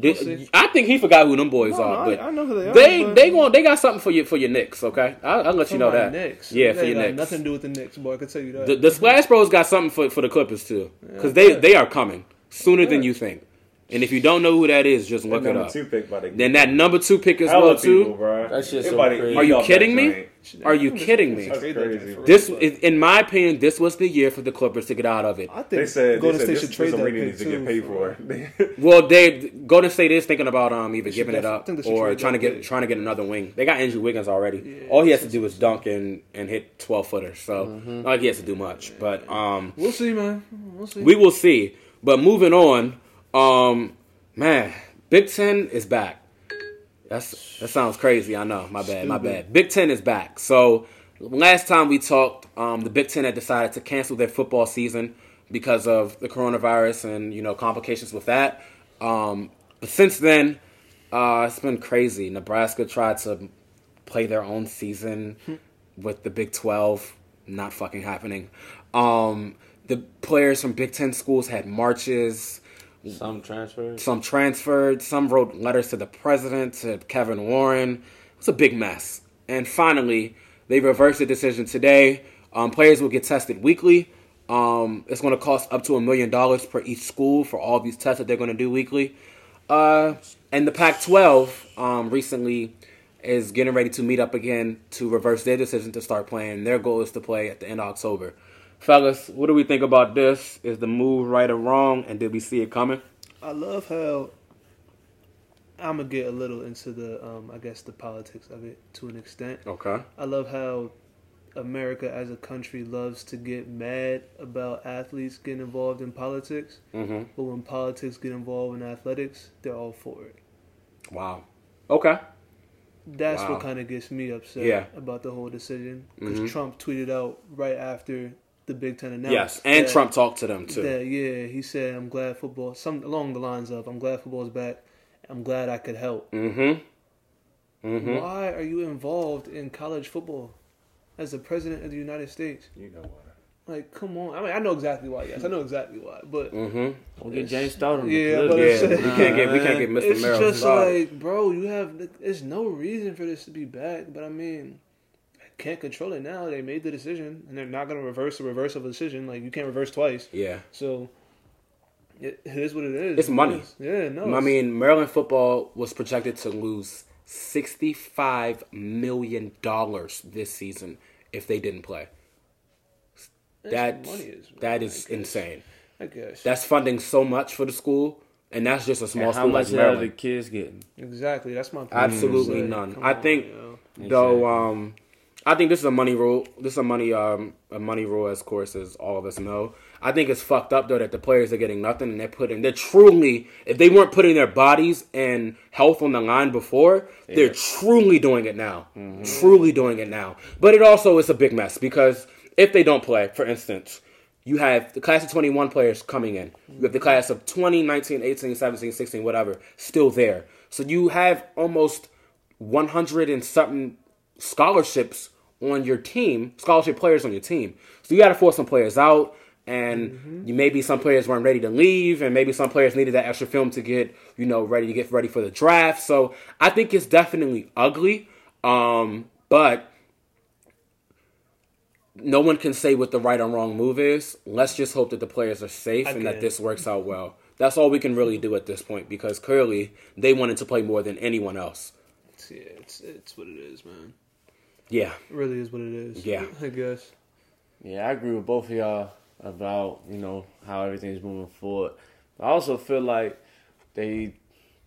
A: Did-
D: see.
A: I think he forgot who them boys
D: No,
A: are.
D: I-
A: but
D: I know who they are,
A: They
D: but-
A: they gon- they got something for you for your Knicks. Okay, I'll, I'll let you know
D: Somebody
A: that.
D: Knicks.
A: Yeah,
D: They
A: for your
D: got
A: Knicks.
D: Nothing to do with the Knicks, boy. I could tell you that.
A: The, the Splash Bros got something for for the Clippers too, because they they are coming sooner than you think. And if you don't know who that is, just look it
E: number
A: up.
E: two pick by the
A: Then that number two pick as
E: Hella
A: well too.
E: people, bruh.
B: That shit's so
E: Everybody
B: crazy.
E: eat
A: Are you
E: off that
A: kidding me?
E: joint.
A: Are you kidding me?
E: That's crazy.
A: This, is- in my opinion, this was the year for the Clippers to get out of it.
D: I think
E: They said
D: Golden
E: they said
D: State
E: this,
D: should
E: this
D: trade that
E: arena
D: pick
E: needs to
D: too.
E: get paid for. it.
A: Well, they Golden State is thinking about um either giving it
D: def-
A: up
D: think they should
A: or
D: trade
A: trying to
D: that
A: get
D: big.
A: trying to get another wing. They got Andrew Wiggins already. All he has to do is dunk and, and hit twelve footers. So
D: Mm-hmm.
A: not like he has to do much. But um,
D: We'll see, man. We'll see.
A: we will see. But moving on, um, man, Big Ten is back. That's that sounds crazy. I know. My bad. My bad. Big Ten is back. So last time we talked, um, the Big Ten had decided to cancel their football season because of the coronavirus and you know complications with that. Um, but since then, uh, it's been crazy. Nebraska tried to play their own season with the Big Twelve. Not fucking happening. Um, the players from Big Ten schools had marches.
B: Some transfers.
A: Some transferred, some wrote letters to the president, to Kevin Warren. It was a big mess. And finally, they reversed the decision today. Um, players will get tested weekly. Um, it's going to cost up to a million dollars per each school for all these tests that they're going to do weekly. Uh, and the Pac 12 um, recently is getting ready to meet up again to reverse their decision to start playing. Their goal is to play at the end of October. Fellas, what do we think about this? Is the move right or wrong? And did we see it coming?
D: I love how I'm gonna get a little into the, um, I guess, the politics of it to an extent.
A: Okay.
D: I love how America as a country loves to get mad about athletes getting involved in politics,
A: Mm-hmm.
D: but when politics get involved in athletics, they're all for it.
A: Wow. Okay.
D: That's
A: Wow.
D: what kind of gets me upset
A: Yeah.
D: about the whole decision because
A: Mhm.
D: Trump tweeted out right after the Big Ten announced.
A: yes, and
D: that-
A: Trump talked to them too.
D: That, yeah, he said, "I'm glad football." Some along the lines of, "I'm glad football's back. I'm glad I could help."
A: Mm-hmm. Mm-hmm.
D: Why are you involved in college football as the president of the United States?
E: You know what?
D: Like, come on. I mean, I know exactly why. Yes, I know exactly why. But
A: Mm-hmm.
B: Don't get James started.
D: Yeah, but
A: Yeah,
D: it's-
A: we can't get we can't get Mr.
D: it's
A: Merrill.
D: just
A: started.
D: like, bro, you have. There's no reason for this to be back. But I mean, can't control it now. They made the decision, and they're not going to reverse the reverse of a decision. Like you can't reverse twice.
A: Yeah.
D: So it, it is what it is.
A: It's money.
D: Yeah, no.
A: I
D: it's-
A: mean, Maryland football was projected to lose sixty-five million dollars this season if they didn't play.
D: it's
A: That
D: money is,
A: that is insane.
D: I guess
A: That's funding so much for the school, and that's just a small
B: And how
A: school
B: much
A: like
B: are the
A: Maryland.
B: kids getting?
D: exactly. That's my point.
A: Absolutely
D: Like,
A: none.
D: Mm. come
A: I
D: on,
A: think
D: yo.
A: though, um, I think this is a money rule. This is a money um a money rule, as of course as all of us know. I think it's fucked up though that the players are getting nothing and they're putting they're truly if they weren't putting their bodies and health on the line before, they're truly doing it now. Truly doing it now. But it also is a big mess because if they don't play, for instance, you have the class of 21 players coming in. You have the class of 20, 19, 18, 17, 16, whatever, still there. So you have almost 100 and something scholarships on your team, scholarship players on your team. So you got to force some players out, and you maybe some players weren't ready to leave, and maybe some players needed that extra film to get you know ready to get ready for the draft. So I think it's definitely ugly, um, but no one can say what the right or wrong move is. Let's just hope that the players are safe and that
D: Again.
A: this works out well. That's all we can really do at this point because clearly they wanted to play more than anyone else.
D: It's, yeah, it's it's what it is, man.
A: Yeah.
D: It really is what it is.
A: Yeah.
D: I guess.
B: Yeah, I agree with both of y'all about you know how everything's moving forward. I also feel like they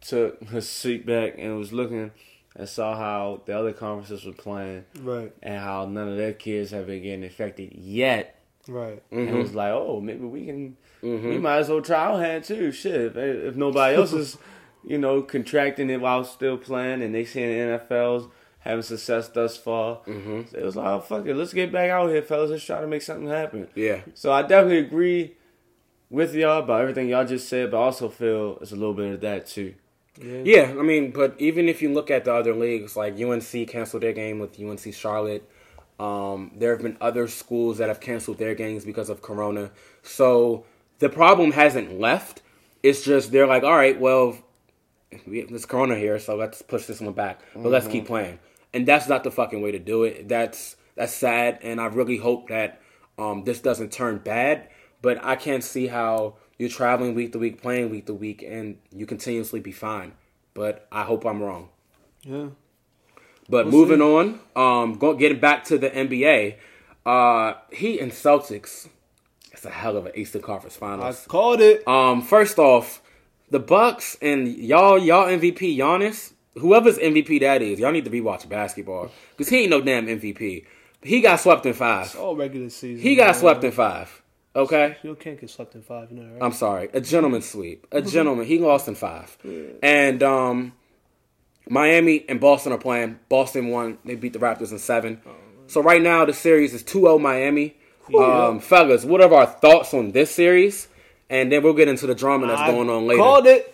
B: took a seat back and was looking and saw how the other conferences were playing
C: Right,
B: and how none of their kids have been getting affected yet.
C: right.
B: And it
A: Mm-hmm.
B: was like, oh, maybe we can, we might as well try our hand too. Shit, if, if nobody else is, you know, contracting it while still playing, and they seeing the NFL's having success thus far,
A: Mm-hmm.
B: so it was like, oh, fuck it, let's get back out here, fellas. Let's try to make something happen.
A: Yeah.
B: So I definitely agree with y'all about everything y'all just said, but I also feel it's a little bit of that too.
A: Yeah, I mean, but even if you look at the other leagues, like UNC canceled their game with UNC Charlotte. Um, there have been other schools that have canceled their games because of Corona. So the problem hasn't left. It's just they're like, all right, well, we, there's Corona here, so let's push this one back, but let's keep playing. And that's not the fucking way to do it. That's that's sad, and I really hope that um, this doesn't turn bad. But I can't see how you're traveling week to week, playing week to week, and you continuously be fine. But I hope I'm wrong.
D: Yeah.
A: But moving on, um, go, getting back to the NBA, uh, Heat and Celtics. It's a hell of an Eastern Conference
C: I
A: Finals.
C: called it.
A: Um, first off, the Bucks and y'all, y'all MVP Giannis, whoever's MVP that is, y'all need to be watching basketball because he ain't no damn MVP. He got swept in five.
D: Oh,
C: All regular season.
A: He got swept in five. Okay,
D: You can't get slept in five, you know, right?
A: I'm sorry, a gentleman's sweep, a gentleman. He lost in five, and um, Miami and Boston are playing. Boston won. They beat the Raptors in seven.
D: Oh,
A: So right now the series is 2-0 Miami. Um, fellas, what are our thoughts on this series? And then we'll get into the drama that's
D: I
A: going on later.
D: Called it.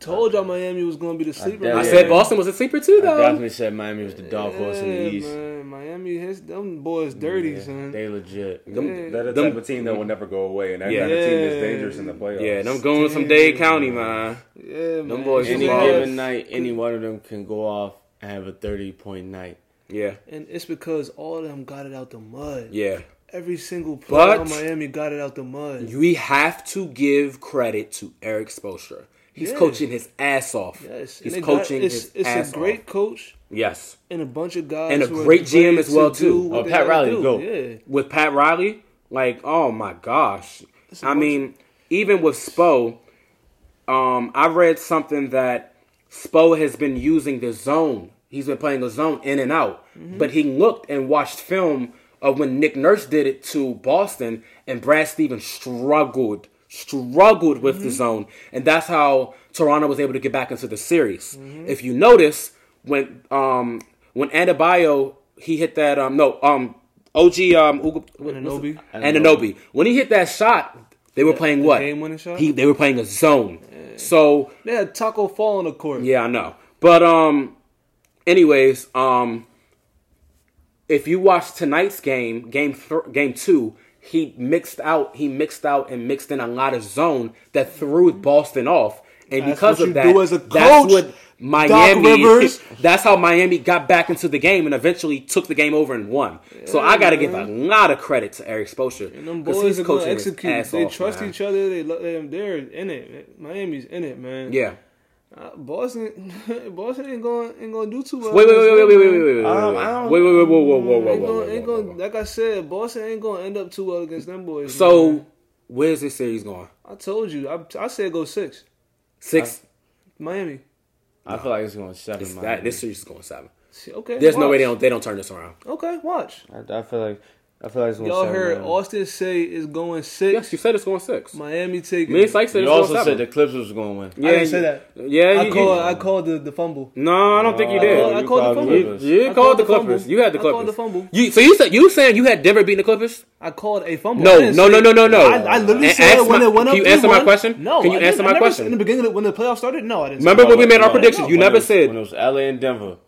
D: Told y'all Miami was going to be the sleeper.
A: I
B: Yeah.
A: said Boston was a sleeper too,
B: I
A: though.
B: definitely said Miami was the dark horse in
D: Yeah,
B: the East.
D: Man, Miami, his, them boys dirty, son.
B: They legit.
A: Them-
E: They're the
A: Them-
E: type of team that will never go away, and that
A: Yeah.
E: kind of team is
D: Yeah.
E: dangerous in the playoffs.
A: yeah, them going from Dade County, man.
D: yeah, man.
A: boys
D: It's
B: Any
A: Wow.
B: given night, any one of them can go off and have a thirty point night.
A: Yeah,
D: And it's because all of them got it out the mud.
A: yeah.
D: Every single player
A: But-
D: on Miami got it out the mud.
A: We have to give credit to Eric Spoelstra. He's
D: Yeah.
A: coaching his ass off.
D: yes, and
A: he's
D: they got-
A: coaching
D: it's,
A: his
D: it's
A: ass
D: a great
A: off.
D: coach
A: Yes,
D: and a bunch of guys
A: And a
D: who are
A: great GM
D: ready
A: as well,
D: to do
A: too.
D: what
B: Oh,
D: they
B: Pat
D: gotta
B: Riley,
D: do.
B: go.
D: Yeah,
A: with Pat Riley, like oh my gosh.
D: It's a
A: I
D: bunch
A: mean, even with Spo, um, I read something that Spo has been using the zone. He's been playing the zone in and out, but he looked and watched film of when Nick Nurse did it to Boston, and Brad Stevens struggled, struggled with the zone, and that's how Toronto was able to get back into the series. If you notice, when um when Adebayo he hit that um no um OG um Ugo, what- what's
D: Anunoby.
A: it? Anunoby when he hit that shot. They were playing what?
D: game-winning shot?
A: He, they were playing a zone. So
D: they had Taco Fall on the court.
A: yeah, I know. But um, anyways, um, if you watch tonight's game, game th- game two, he mixed out, he mixed out and mixed in a lot of zone that threw Boston off, and
C: That's
A: because of
C: what you
A: that,
C: do as a
A: that's
C: coach.
A: what Miami.
C: Rivers.
A: that's how Miami got back into the game and eventually took the game over and won. so I got to give a lot of credit to Eric Spoelstra
D: And them
A: because
D: boys
A: he's
D: are gonna
A: coaching his
D: execute.
A: ass
D: they
A: off,
D: trust
A: man.
D: each other. They, lo- they they're in it. man. Miami's in it, man.
A: Yeah.
D: Uh, Boston, Boston ain't going ain't gonna do too well.
A: Wait, wait, wait, wait, wait, wait, wait, wait, wait, wait, wait, wait,
B: Um, I don't-
A: wait, wait, whoa, whoa, whoa, whoa,
D: Ain't
A: whoa,
D: gonna, ain't
A: whoa, whoa,
D: gonna,
A: whoa.
D: like I said, Boston ain't gonna end up too well against them boys. man.
A: So, where's this series going?
D: I told you, I, I said go six,
A: Six.
D: Miami.
B: I feel like it's going seven.
A: This,
B: Miami.
A: that, this series is going seven.
D: See, Okay,
A: There's no
D: watch.
A: way they don't they don't turn this around.
D: Okay, watch.
B: I, I feel like I feel like it's going
D: Y'all
B: seven.
D: heard
B: Miami.
D: Austin say is going
A: Yes,
D: six.
A: you said it's going six.
D: Miami taking.
A: Me and
D: it.
A: Sykes said
B: You
A: it's going
B: also
A: seven.
B: said the Clips was going to win.
A: yeah,
D: I didn't say
A: you-
D: that.
A: Yeah,
D: I
A: you-
D: call I called the the fumble.
A: No, I don't think you
D: called-
A: did.
D: I called the
B: probably
D: fumble.
B: was.
A: You
D: I
A: called
D: called
A: the
D: the fumble.
A: Clippers. You had the
D: I
A: Clippers.
D: called the fumble.
A: You, so you said you saying you had Denver beating the Clippers?
D: I called a fumble. I
A: No,
D: didn't
A: no,
D: say-
A: no, no, no, no.
D: I, I literally
A: And
D: said
A: ask
D: when
A: my-
D: it went up.
A: can you answer my
D: 3-1.
A: question?
D: No,
A: Can you
D: I didn't.
A: answer
D: I
A: my
D: never
A: question?
D: said- In the beginning, of the- when the playoffs started, no, I didn't. say
A: Remember
D: that.
A: when we made our
B: No,
A: predictions? You
B: when it
A: never
B: was-
A: said.
B: When it was LA and Denver.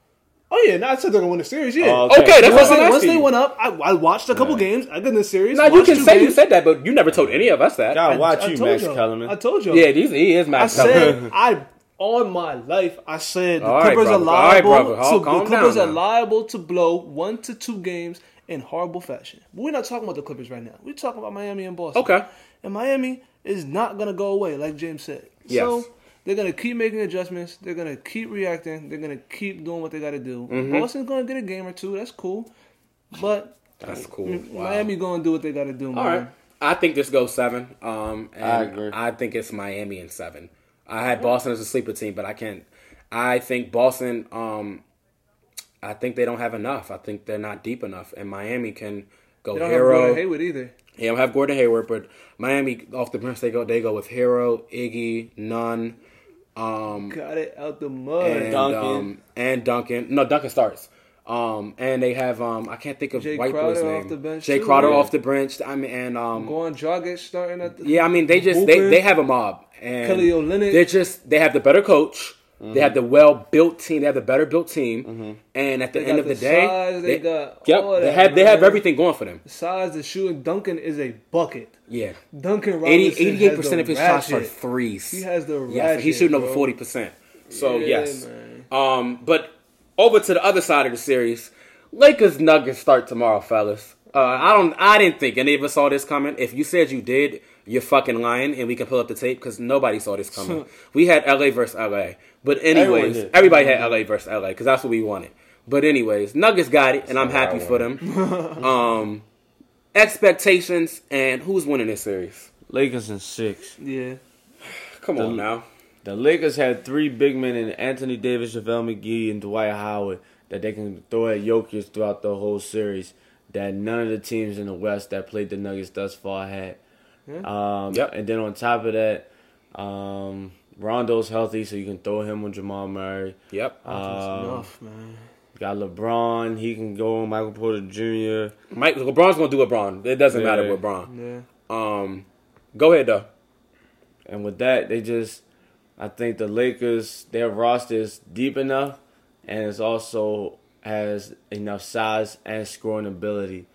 C: Oh yeah, no, I said they're gonna win the series. Yeah.
B: Oh,
A: Okay, that's what I
D: Once,
A: said.
D: they,
A: last
D: once they
A: season.
D: went up, I, I watched a couple games. I did the series.
A: Now you
D: watched
A: can
D: two
A: say you
D: games.
A: said that, but you never told any of us that.
B: God, watch
D: I
B: you,
D: told
B: Max
D: y'all.
B: Kellerman.
D: I told you.
A: yeah, these he is
D: I
A: Max. Kellerman.
D: said I.
C: all my life,
D: I said the
A: All right,
D: Clippers
A: brother.
D: are
A: All right,
D: liable.
A: brother. All-
D: to,
A: calm
D: the Clippers
A: down
D: are
A: now.
D: liable to blow one to two games in horrible fashion. We're not talking about the Clippers right now. We're talking about Miami and Boston.
A: Okay.
D: And Miami is not going to go away, like James said.
A: Yes.
D: So they're going to keep making adjustments. They're going to keep reacting. They're going to keep doing what they got to do.
A: Mm-hmm.
D: Boston's going to get a game or two. That's cool. But
A: That's cool. Wow.
D: Miami going to do what they got to do.
A: All right. I think this goes seven. Um, and
B: I agree.
A: I think it's Miami in seven. I had Boston as a sleeper team, but I can't. I think Boston. Um, I think they don't have enough. I think they're not deep enough, and Miami can go
D: They don't have
A: hero.
D: Gordon Hayward either.
A: They don't have Gordon Hayward, but Miami off the bench they go. They go with Hero, Iggy, Nunn, um,
D: Got it out the mud.
A: and
B: Duncan.
A: Um, and Duncan. No, Duncan starts. Um, and they have um, I can't think of
D: Jay
A: white boy's
D: Crowder
A: name.
D: off the bench,
A: Jay
D: too,
A: Crowder
D: yeah.
A: off the bench. I mean, and um,
D: Going Dragic starting at the
A: yeah, I mean they just they,
D: Hooper.
A: they have a mob and
D: Kelly Olynyk. Mm-hmm.
A: They're just they have the better coach. They have the well built team. They have the better built team. And at the
D: They
A: end
D: got
A: of the,
D: the
A: day,
D: size, they got
A: yep,
D: all
A: they
D: that,
A: have they have
D: man.
A: everything going for them.
D: size the shoe and Duncan is a bucket.
A: Yeah,
D: Duncan Robinson
A: 88 percent
D: has
A: of his
D: the
A: shots are
D: ratchet.
A: threes.
D: He has the
A: yeah, he's shooting
D: ratchet,
A: over
D: bro.
A: forty percent. So
D: Yeah,
A: yes,
D: man.
A: um, but over to the other side of the series, Lakers Nuggets start tomorrow, fellas. Uh, I don't, I didn't think any of us saw this coming. If you said you did, you're fucking lying, and we can pull up the tape because nobody saw this coming. we had LA versus LA, but anyways,
B: did.
A: everybody had LA versus LA because that's what we wanted. But anyways, Nuggets got it, and I'm
E: not what I
A: happy for them. um, expectations and who's winning this series?
B: Lakers in six.
D: Yeah.
A: Come on
B: The-
A: now.
B: The Lakers had three big men in Anthony Davis, JaVale McGee, and Dwight Howard that they can throw at Jokic throughout the whole series that none of the teams in the West that played the Nuggets thus far had. Um,
A: Yep.
B: And then on top of that, um, Rondo's healthy, so you can throw him on Jamal Murray.
A: Yep.
D: That's
B: Um,
D: enough, man.
B: Got LeBron. He can go on Michael Porter Jr.
A: Mike LeBron's gonna do LeBron. It doesn't matter
B: Yeah.
A: with LeBron.
D: Yeah.
A: Um, go ahead though.
B: And with that, they just, I think the Lakers, their roster is deep enough, and it's also has enough size and scoring ability.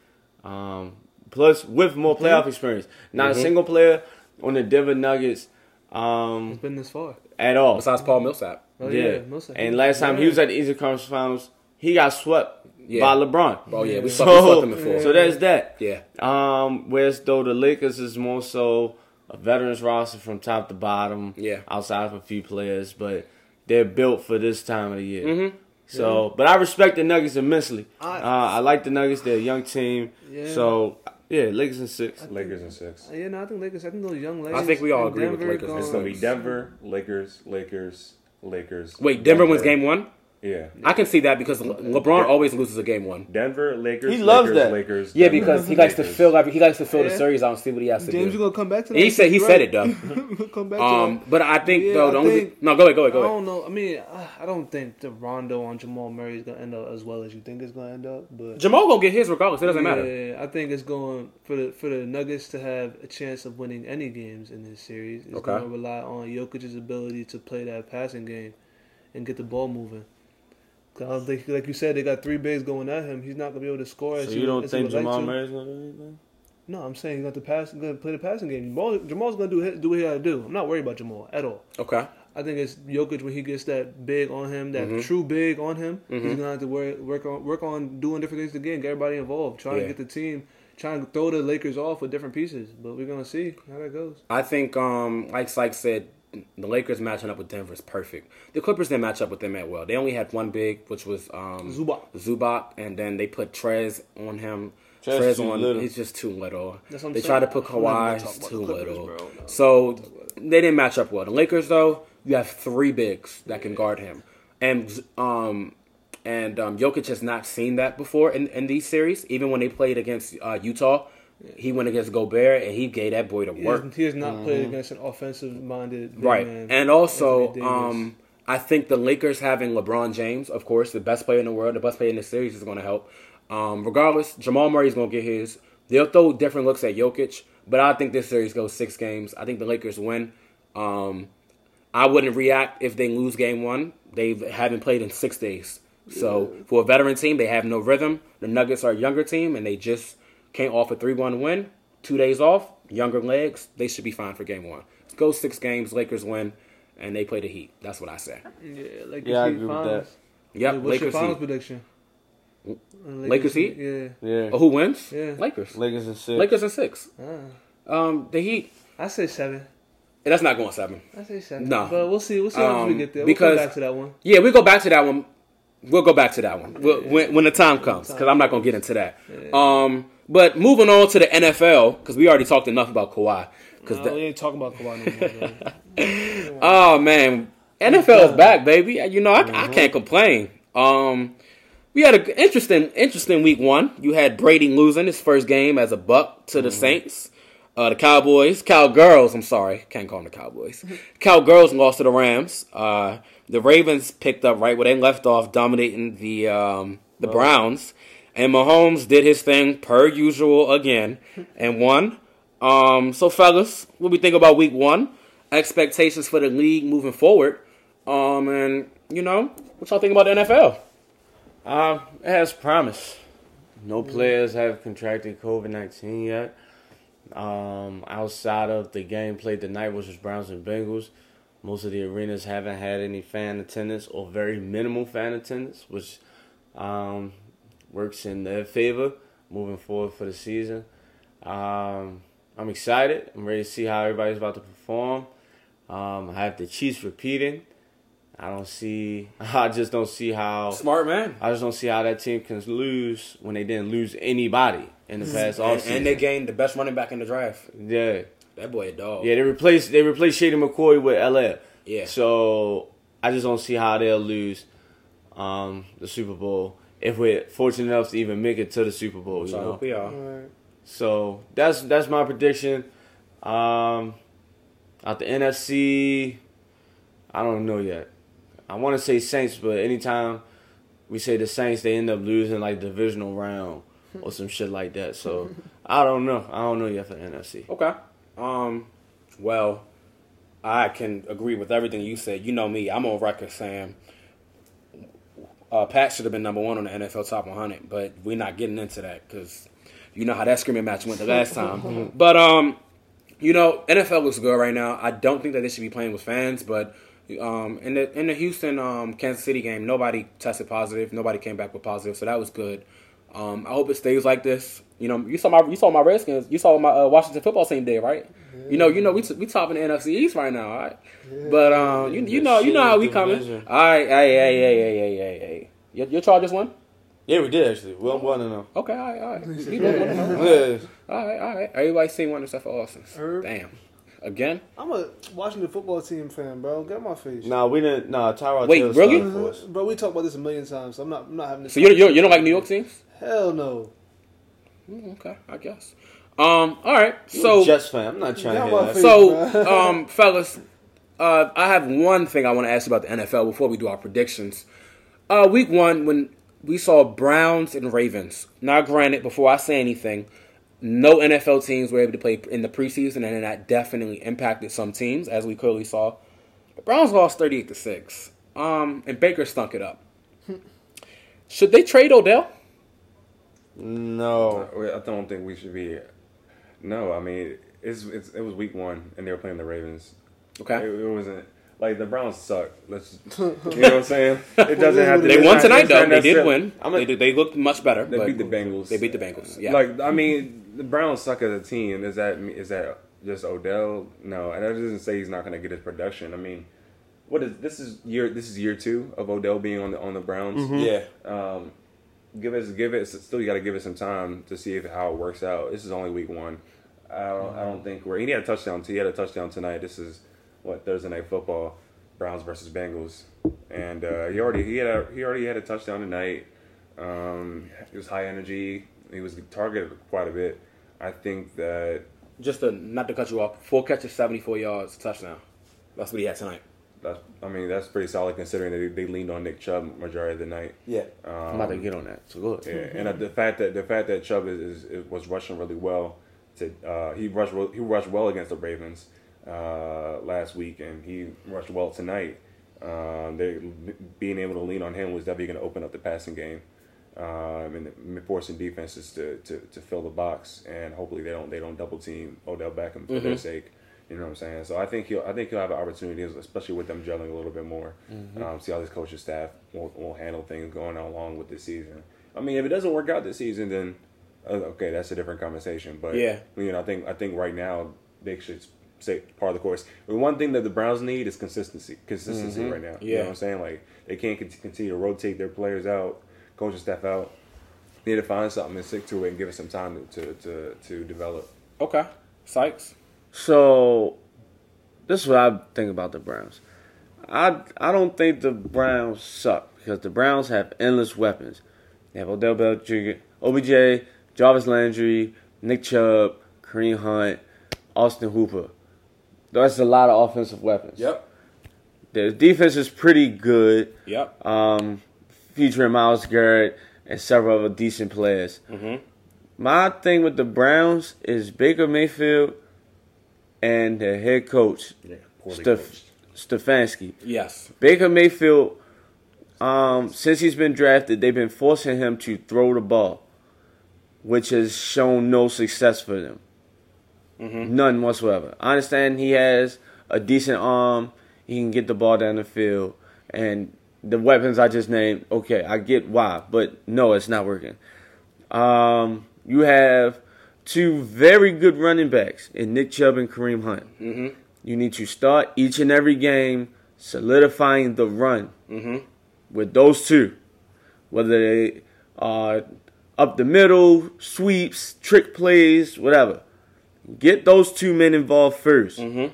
B: Um, plus, with more playoff experience, not a single player on the Denver Nuggets um,
D: Been this far.
B: at all.
A: Besides Paul Millsap.
D: Oh,
B: yeah,
D: yeah. most of
B: and
D: them.
B: last time he
D: Yeah.
B: was at the Eastern Conference Finals, he got swept
A: Yeah.
B: by LeBron.
A: Oh yeah, we saw, we saw them
B: So,
A: before.
B: so that's that.
A: yeah.
B: Um, whereas though the Lakers is more so a veterans roster from top to bottom.
A: Yeah.
B: Outside of a few players, but they're built for this time of the year. So, but I respect the Nuggets immensely. I,
D: I-
B: uh, I like the Nuggets. They're a young team.
D: Yeah.
B: So yeah, Lakers in six.
E: Lakers in six.
D: Yeah, no, I think Lakers. I think those young Lakers.
A: think we all
D: and
A: agree with
D: Denver
A: Lakers.
D: going-
E: It's gonna be Denver, Lakers, Lakers, Lakers.
A: Wait, Denver wins game one.
E: Yeah,
A: I can see that because Le- LeBron always loses a game one.
E: Denver, Lakers.
B: He loves
E: Lakers,
B: that.
E: Lakers.
A: Yeah,
E: Denver,
A: because he likes to
E: Lakers.
A: fill every, he likes to fill the
D: Yeah.
A: series out and see what he has to
D: James, you
A: do.
D: gonna come back to that?
A: He said he
D: You're
A: said
D: right.
A: it though.
D: come back
A: Um,
D: to
A: but I think
D: Yeah,
A: though
D: I
A: the only
D: think-
A: no go ahead go ahead
D: that. I
A: go ahead.
D: don't know. I mean, I- I don't think the Rondo on Jamal Murray is gonna end up as well as you think it's gonna end up. But
A: Jamal gonna get his regardless. It doesn't matter.
D: Yeah, I think it's going for the for the Nuggets to have a chance of winning any games in this series. It's
A: Okay.
D: going to rely on Jokic's ability to play that passing game and get the ball moving. 'Cause I don't think, like you said, they got three bigs going at him. He's not going to be able to score.
B: So
D: as
B: you
D: he-
B: don't
D: as he
B: think
D: would like
B: Jamal
D: to.
B: Murray's gonna do anything?
D: No, I'm saying he's going to pass, going to play the passing game. Jamal, Jamal's going to do his- do what he got to do. I'm not worried about Jamal at all.
A: Okay.
D: I think it's Jokic when he gets that big on him, that
A: Mm-hmm.
D: true big on him. He's gonna have to work, work on work on doing different things again. Get everybody involved,
A: Yeah.
D: trying to get the team, trying to throw the Lakers off with different pieces. But we're gonna see how that goes.
A: I think, um, like Sykes said, the Lakers matching up with Denver is perfect. The Clippers didn't match up with them at well. They only had one big, which was um,
D: Zubac.
A: Zubac, and then they put Trez on him.
B: Trez
A: Trez,
B: too
A: on
B: little.
A: he's just too little.
D: That's what I'm
A: they
D: saying.
A: tried to put
D: I'm not
A: Kawhi
D: gonna talk
A: he's
D: about
A: too
D: the Clippers,
A: little.
D: bro.
A: So they didn't match up well. The Lakers though, you have three bigs that can guard him, and um, and um, Jokic has not seen that before in, in these series. Even when they played against uh, Utah, he went against Gobert and he gave that boy to
D: He
A: work.
D: has, he has not
B: Mm-hmm.
D: played against an offensive minded
A: Right.
D: Man.
A: and also,
D: Anthony Davis.
A: um, I think the Lakers having LeBron James, of course, the best player in the world, the best player in the series, is going to help. Um, regardless, Jamal Murray's going to get his. They'll throw different looks at Jokic, but I think this series goes six games. I think the Lakers win. Um, I wouldn't react if they lose game one. They haven't played in six days. So for a veteran team, they have no rhythm. The Nuggets are a younger team, and they just came off a 3 1 win. Two days off, younger legs. They should be fine for game one. Go six games, Lakers win, and they play the Heat. That's what I say.
D: yeah, Lakers
B: Yeah, I
D: Heat
B: agree with
D: finals.
A: Yep,
D: What's your
A: Lakers
D: finals
A: Heat.
D: prediction? Uh, Lakers,
A: Heat?
D: Yeah.
B: Yeah.
A: Oh, who wins?
D: Yeah.
A: Lakers.
B: Lakers and six.
A: Lakers in six.
D: Ah.
A: Um, the Heat.
D: I say seven.
A: That's not going seven.
D: I say seven.
A: No.
D: but we'll see. We'll see how much we
A: Um,
D: get there. We'll
A: because-
D: come back to that one.
A: Yeah, we'll go back to that one. We'll go back to that one We'll- when, when the time comes, because I'm not going to get into that. Um, but moving on to the NFL, because we already talked enough about Kawhi. Because
D: No,
B: Oh,
D: we ain't talking about Kawhi no more. bro.
A: oh man, NFL is back, baby. You know I, I can't complain. Um, we had an interesting, interesting week one. You had Brady losing his first game as a buck to the Saints. Uh, the Cowboys, Cowgirls. I'm sorry, can't call them the Cowboys. Cowgirls lost to the Rams. Uh, the Ravens picked up right where they left off, dominating the um, the Browns. And Mahomes did his thing per usual again and won. Um, so, fellas, what we think about Week One? Expectations for the league moving forward. Um, and you know what y'all think about the NFL?
B: Uh, it has promise. No players have contracted COVID 19 yet. Um, outside of the game played tonight, which was Browns and Bengals, most of the arenas haven't had any fan attendance or very minimal fan attendance, which um, works in their favor moving forward for the season. Um, I'm excited. I'm ready to see how everybody's about to perform. Um, I have the Chiefs repeating. I don't see. I just don't see how.
A: Smart man.
B: I just don't see how that team can lose when they didn't lose anybody in the past
A: And,
B: offseason.
A: Mm-hmm. and they gained the best running back in the draft.
B: yeah,
A: That boy a dog.
B: yeah, they replaced they replaced Shady McCoy with LL.
A: Yeah.
B: So I just don't see how they'll lose um, the Super Bowl if we're fortunate enough to even make it to the Super Bowl. You
A: So I
B: know?
A: hope we are.
B: So that's that's my prediction. Um, out the NFC, I don't know yet. I want to say Saints, but anytime we say the Saints, they end up losing like divisional round or some shit like that. So I don't know. I don't know yet for the NFC.
A: Okay. Um. Well, I can agree with everything you said. You know me. I'm on record saying uh, Pat should have been number one on the NFL Top 100, but we're not getting into that because you know how that screaming match went the last time. but um, you know, NFL looks good right now. I don't think that they should be playing with fans, but um, in the in the Houston um, Kansas City game, nobody tested positive. Nobody came back with positive, so that was good. Um, I hope it stays like this. You know, you saw my you saw my Redskins. You saw what my uh, Washington football team did, right? You know, you know we t- we topping the NFC East right now, all right? But um, you, you know you know how we coming.
B: Division.
A: All right, hey, hey, hey, hey, hey, hey, hey. Your, your Chargers won.
B: Yeah, we did actually. We one and them.
A: Okay, all right, all right. We did win.
B: Yeah.
A: All right, all right. Everybody seen one except for Austin.
C: Herb.
A: Damn. Again?
C: I'm a Washington football team fan, bro. Get my face.
B: Nah, we didn't. Nah, Tyrod
A: Wait,
B: Taylor
A: really?
B: started for us.
C: Mm-hmm. Bro, we talked about this a million times. I'm not. I'm not having this.
A: So you you you don't like New York teams?
C: Hell no.
A: Mm, Okay, I guess. Um, all right.
B: So
A: So
B: Jets fan. I'm not trying
C: Got
B: to
C: my
B: hear that.
C: face.
A: so um, fellas, uh, I have one thing I want to ask you about the NFL before we do our predictions. Uh, week one when we saw Browns and Ravens. Now, granted, before I say anything, no NFL teams were able to play in the preseason, and that definitely impacted some teams, as we clearly saw. The Browns lost thirty-eight to six, um, and Baker stunk it up. Should they trade Odell?
B: No.
E: Uh, I don't think we should be. No, I mean it's, it's it was week one and they were playing the Ravens.
A: Okay.
E: It, it wasn't. Like the Browns suck. Let's, you know what I'm saying? It doesn't have to.
A: They
E: it's
A: won
E: not-
A: tonight
E: it's not
A: though. They did
E: necessarily-
A: win.
E: I'm
A: they,
E: a,
A: did- they looked much better.
E: they
A: but
E: beat the Bengals.
A: They beat the Bengals. Yeah.
E: Like I mean, the Browns suck as a team. Is that is that just Odell? No, and that doesn't say he's not going to get his production. I mean, what is this is year this is year two of Odell being on the on the Browns.
B: Yeah.
E: Um, give us give it still you got to give it some time to see if how it works out. This is only week one. I don't, I don't think we're. He had a touchdown. He had a touchdown tonight. This is what Thursday night football, Browns versus Bengals, and uh, he already he had a, he already had a touchdown tonight. Um, he was high energy. He was targeted quite a bit. I think that
A: just to not to cut you off, four catches, seventy four yards, touchdown. That's what he had tonight.
E: that's. I mean that's pretty solid considering that they, they leaned on Nick Chubb majority of the night.
B: Yeah. I'm about to get on that. So go ahead.
E: Yeah, and uh, the fact that the fact that Chubb is, is, is was rushing really well, to uh, he rushed wel- he rushed well against the Ravens uh, last week, and he rushed well tonight. Um, they being able to lean on him was definitely going to open up the passing game, um, and forcing defenses to, to, to fill the box, and hopefully they don't they don't double team Odell Beckham for their sake. You know what I'm saying? So I think he'll I think he'll have an opportunity, especially with them gelling a little bit more. Um, see how this coaching staff will, will handle things going along with this season. I mean, if it doesn't work out this season, then uh, okay, that's a different conversation. But
A: Yeah.
E: you know, I think I think right now they should say part of the course. But one thing that the Browns need is consistency. Consistency right now. you know
A: Mm-hmm. Yeah.
E: what I'm saying like they can't cont- continue to rotate their players out, coaching staff out. They need to find something and stick to it and give it some time to to to, to develop.
A: Okay, Sykes.
B: So, this is what I think about the Browns. I I don't think the Browns suck because the Browns have endless weapons. They have Odell Beckham, OBJ, Jarvis Landry, Nick Chubb, Kareem Hunt, Austin Hooper. That's a lot of offensive weapons. Their defense is pretty good.
A: Yep.
B: um, featuring Miles Garrett and several other decent players.
E: Mm-hmm.
B: My thing with the Browns is Baker Mayfield and their head coach
E: Yeah. Poorly
B: Stef-
E: coached.
B: Stefanski.
A: yes.
B: Baker Mayfield, um, since he's been drafted, they've been forcing him to throw the ball, which has shown no success for them. None whatsoever. I understand he has a decent arm, he can get the ball down the field, and the weapons I just named, okay, I get why, but no, it's not working. Um, you have two very good running backs in Nick Chubb and Kareem Hunt. You need to start each and every game solidifying the run with those two, whether they are up the middle, sweeps, trick plays, whatever. Get those two men involved 1st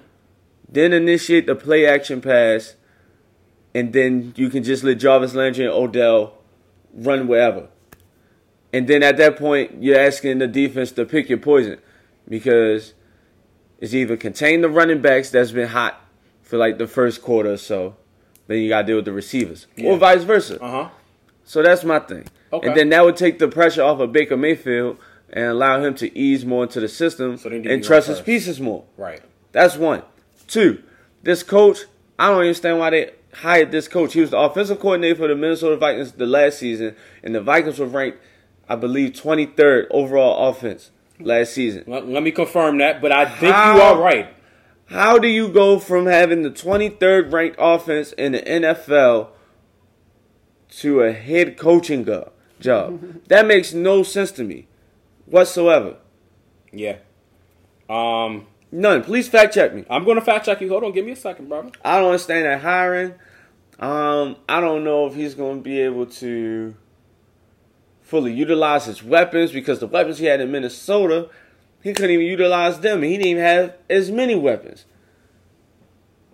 B: Then initiate the play action pass, and then you can just let Jarvis Landry and Odell run wherever. And then at that point, you're asking the defense to pick your poison because it's either contain the running backs that's been hot for like the first quarter or so, then you got to deal with the receivers, or vice versa.
A: Uh huh.
B: So that's my thing.
A: Okay.
B: And then that would take the pressure off of Baker Mayfield and allow him to ease more into the system
A: So they need to
B: and
A: be
B: trust
A: run
B: his
A: first.
B: pieces more.
A: Right.
B: That's one. Two, this coach, I don't understand why they hired this coach. He was the offensive coordinator for the Minnesota Vikings the last season, and the Vikings were ranked, I believe, 23rd overall offense last season.
A: Let, let me confirm that, but I think you
B: How-
A: are right.
B: How do you go from having the 23rd ranked offense in the NFL to a head coaching go- job? that makes no sense to me whatsoever.
A: Yeah. Um,
B: None. Please fact check me.
A: I'm gonna fact check you. Hold on, give me a second, brother.
B: I don't understand that hiring. Um, I don't know if he's going to be able to fully utilize his weapons because the weapons he had in Minnesota, he couldn't even utilize them. He didn't even have as many weapons.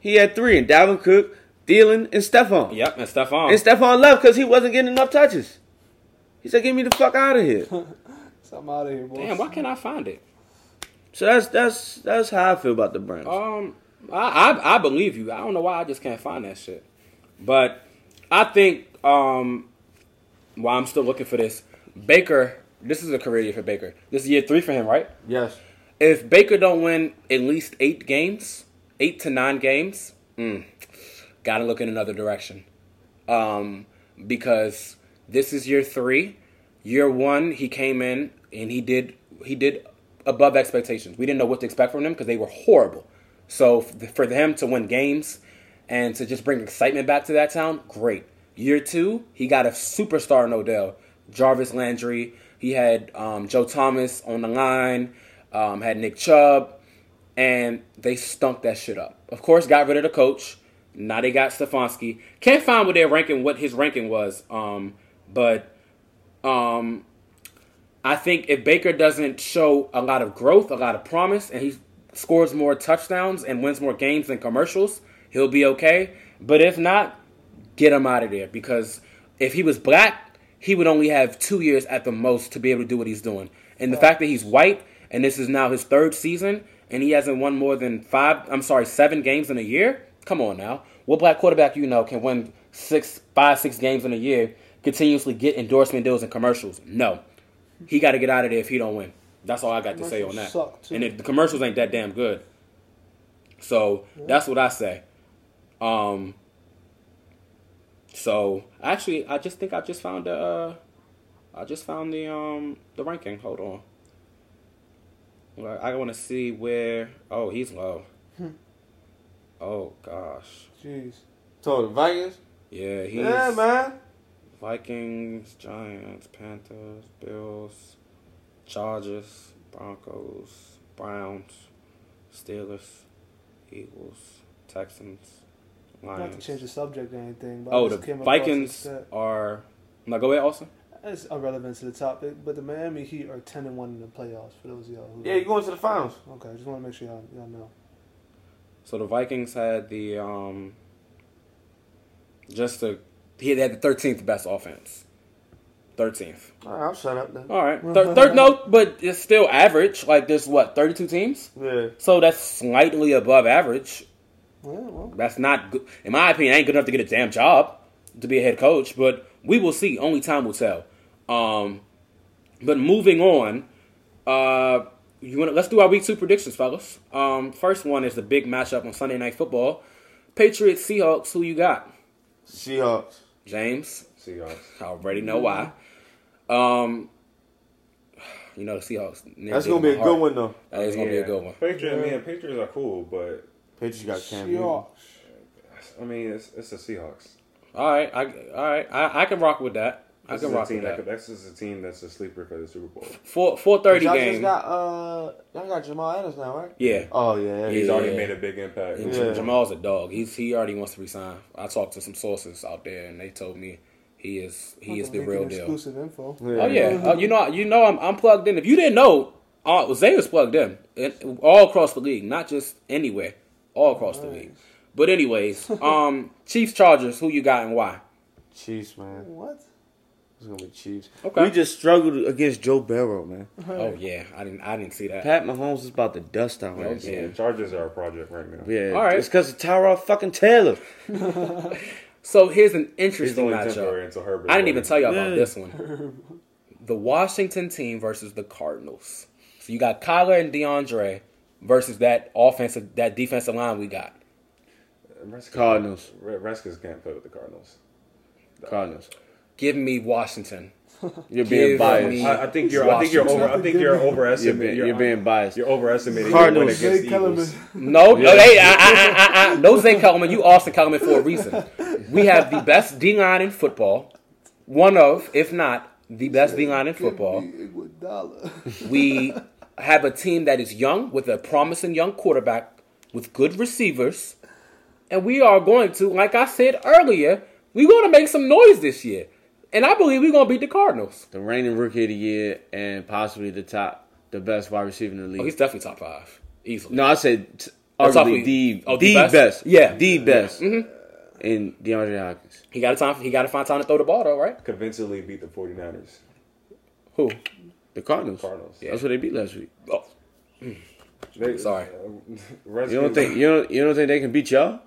B: He had three, and Dalvin Cook, Thielen, and Stephon.
A: Yep, and Stephon.
B: And Stephon left because he wasn't getting enough touches. He said, "Get me the fuck out of here."
D: So I'm out of here, boys.
A: Damn, why can't I find it?
B: so that's that's that's how I feel about the Browns.
A: Um, I, I I believe you. I don't know why I just can't find that shit, but I think um, while I'm still looking for this, Baker. This is a career year for Baker. This is year three for him, right?
B: yes.
A: If Baker don't win at least eight games, eight to nine games, mm, gotta look in another direction. Um, because this is year three. Year one, he came in and he did he did above expectations. We didn't know what to expect from him because they were horrible. So f- for him to win games and to just bring excitement back to that town, great. Year two, he got a superstar in Odell, Jarvis Landry. He had um, Joe Thomas on the line, um, had Nick Chubb, and they stunk that shit up. Of course, got rid of the coach. Now they got Stefanski. Can't find what their ranking, what his ranking was, um, but um, I think if Baker doesn't show a lot of growth, a lot of promise, and he scores more touchdowns and wins more games than commercials, he'll be okay. But if not, get him out of there because if he was black, he would only have two years at the most to be able to do what he's doing. And the fact that he's white and this is now his third season and he hasn't won more than five, I'm sorry, seven games in a year. Come on now, what black quarterback you know can win six, five, six games in a year, continuously get endorsement deals and commercials? No, he got to get out of there if he don't win. That's all I got to say on that.
C: Commercials suck, too.
A: and if the commercials ain't that damn good, so that's what I say. Um. So actually, I just think I just found the. Uh, I just found the um the ranking. Hold on. Well, I want to see where. Oh, he's low.
C: Hmm.
A: oh gosh.
C: Jeez.
B: So the Vikings.
A: Yeah, he's
B: Yeah, man.
A: Vikings, Giants, Panthers, Bills, Chargers, Broncos, Browns, Steelers, Eagles, Texans,
C: Not to
A: Lions.
C: change the subject or anything. But I
A: Oh,
C: just
A: the
C: came across
A: Vikings
C: this stat.
A: are. Now go ahead, Austin.
C: It's irrelevant to the topic, but the Miami Heat are ten and one in the playoffs. For those of y'all who
B: Yeah, you going to the finals?
C: okay, I just want to make sure y'all, y'all know.
A: So the Vikings had the um just the he had the thirteenth best offense. Thirteenth.
B: All right, I'll shut up then.
A: All right. Third, third no, but it's still average. Like there's what thirty two teams,
B: Yeah.
A: so that's slightly above average.
C: Yeah, well,
A: That's not good. In my opinion, ain't good enough to get a damn job to be a head coach, but we will see. Only time will tell. Um, but moving on, uh, you want let's do our week two predictions, fellas. Um, first one is the big matchup on Sunday Night Football: Patriots Seahawks. Who you got,
B: Seahawks.
A: James?
E: Seahawks.
A: I already know why.
E: Mm-hmm.
A: Um, you know the Seahawks.
B: That's gonna be a good one though.
A: That is gonna be a good one.
E: Patriots, man, Patriots are cool, but
B: Patriots got Cam Newton.
C: Seahawks.
E: I mean, it's it's the Seahawks.
A: All right, I all right, I, I can rock with that. I
E: This
A: can
E: is a
A: rock
E: team
A: with
E: that.
A: that.
E: could- This is a team that's a sleeper for the Super Bowl.
A: Four four thirty
B: Y'all
A: game.
B: just got uh, y'all got Jamal Adams now, right?
A: yeah.
B: Oh yeah.
A: Yeah.
E: He's already made a big impact.
A: And
B: Yeah.
A: Jamal's a dog. He's he already wants to resign. I talked to some sources out there, and they told me he is he is the
C: Leaking
A: real deal.
C: Exclusive info.
A: Oh yeah, uh, you know you know I'm I'm plugged in. If you didn't know, uh, Zay was plugged in and all across the league, not just anywhere, all across the league. But anyways, um, Chiefs Chargers, who you got and why?
B: Chiefs, man.
C: What?
B: It's gonna be Chiefs.
A: Okay.
B: We just struggled against Joe Barrow, man.
A: Oh yeah, I didn't I didn't see that.
B: Pat Mahomes is about to dust our ass.
A: yeah.
E: The Chargers are a project right now.
B: Yeah,
A: All right.
B: it's because of Tyrod fucking Taylor.
A: So here's an
E: He's
A: interesting
E: only
A: matchup.
E: temporary until Herbert.
A: I didn't even
E: leaves.
A: tell you all about
B: Yeah.
A: this one. The Washington team versus the Cardinals. So you got Kyler and DeAndre versus that offensive, that defensive line we got.
E: Redskins-
B: Cardinals.
E: Red- Redskins can't play with the Cardinals.
B: Cardinals.
A: Give me Washington.
B: You're
A: Give
B: being biased.
A: me-
E: I, I think you're. I think you're
A: Washington.
E: over. I think you're
B: You're
E: overestimating.
B: being, you're being biased.
E: You're overestimating.
B: Cardinals.
E: Your win
C: Zay
E: against Eagles.
C: Kellerman.
A: No, no, hey, I, I, I, I, I, no Zay Kellerman. You Austin Kellerman for a reason. We have the best D line in football. One of, if not, the best D line in football.
C: Give me Iguodala.
A: We have a team that is young with a promising young quarterback with good receivers. And we are going to, like I said earlier, we're going to make some noise this year. And I believe we're going to beat the Cardinals.
B: The reigning rookie of the year and possibly the top, the best wide receiver in the league.
A: Oh, he's definitely top five. Easily.
B: no, I said t-
A: Oh, top
B: arguably
A: of-
B: the,
A: oh,
B: the
A: the best?
B: best?
A: Yeah. Mm-hmm.
B: the best in DeAndre Hopkins.
A: He got a time. He got to find time to throw the ball, though, right?
E: Convincingly beat the 49ers.
A: Who?
B: The Cardinals.
E: Cardinals.
B: That's what they beat last week.
A: Oh,
E: They,
A: Sorry.
E: Uh,
B: You don't think you don't you don't think they can beat y'all?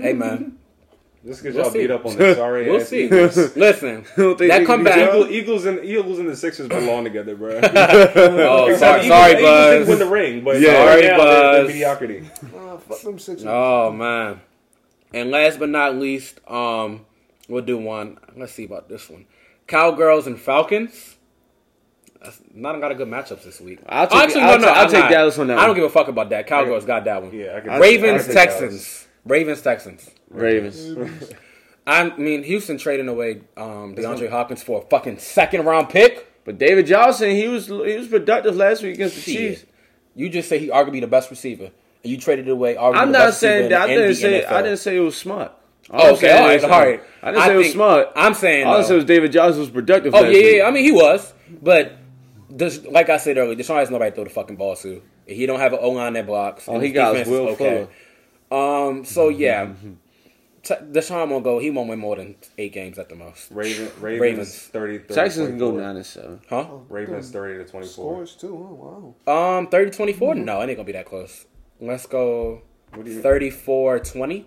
A: hey, man.
E: Just because
A: We'll
E: y'all
A: see.
E: beat up on the sorry
A: We'll
E: ass
A: see.
E: Eagles.
A: Listen, that
B: don't think they can be
A: comeback.
B: judged?
E: Eagles and Eagles and the Sixers belong together, bro.
A: Oh, sorry,
E: Eagles-
A: sorry,
E: Eagles didn't win the
A: Buzz.
E: ring, but
A: Yeah.
E: sorry,
A: Sorry,
E: Buzz.
A: Buzz.
E: Mediocrity.
C: Ah, fuck them six.
A: Oh man. And last but not least, um, we'll do one. Let's see about this one. Cowgirls and Falcons. That's not a lot of good matchups this week. Oh,
B: I'll take- I'll ta- I'll
A: I'm
B: take
A: not.
B: Dallas on that
A: I don't
B: one.
A: give a fuck about that. Cowgirls got that one.
E: Yeah, I can-
A: Ravens,
E: I can take
A: Texans. Ravens Texans. Mm-hmm.
B: Ravens.
A: I mean, Houston trading away um, DeAndre Hopkins for a fucking second round pick.
B: But David Johnson, he was he was productive last week against the Chiefs.
A: Shit. You just say he arguably the best receiver, and you traded away. Arguably
B: I'm
A: the
B: not
A: best
B: saying that.
A: receiver
B: I
A: in
B: didn't
A: the
B: say I
A: NFL.
B: didn't say it was smart. All
A: Oh,
B: I'm
A: okay,
B: saying
A: all right,
B: is-
A: all right.
B: I didn't say it was
A: think-
B: smart.
A: I'm saying.
B: All I
A: though-
B: said was David Johnson was productive.
A: Oh
B: last
A: yeah,
B: week.
A: yeah. I mean, he was, but does like I said earlier, Deshaun has nobody to throw the fucking ball to. He don't have an O line that blocks.
B: All
A: and
B: Oh, he
A: his
B: got was
A: defense
B: Will Mm-hmm.
A: is
B: Fuller.
A: Um. So yeah, T- Deshaun won't go. He won't win more than eight games at the most.
E: Raven, Ravens,
A: Ravens.
E: 30, 30
B: Texans can go
E: 24.
B: nine and seven.
A: Huh?
E: Ravens 30 to 24.
C: Scores too. Oh, wow.
A: Um. 30-24?
B: Mm-hmm.
A: No, it ain't gonna be that close. Let's go.
E: What do you-
A: 34-20?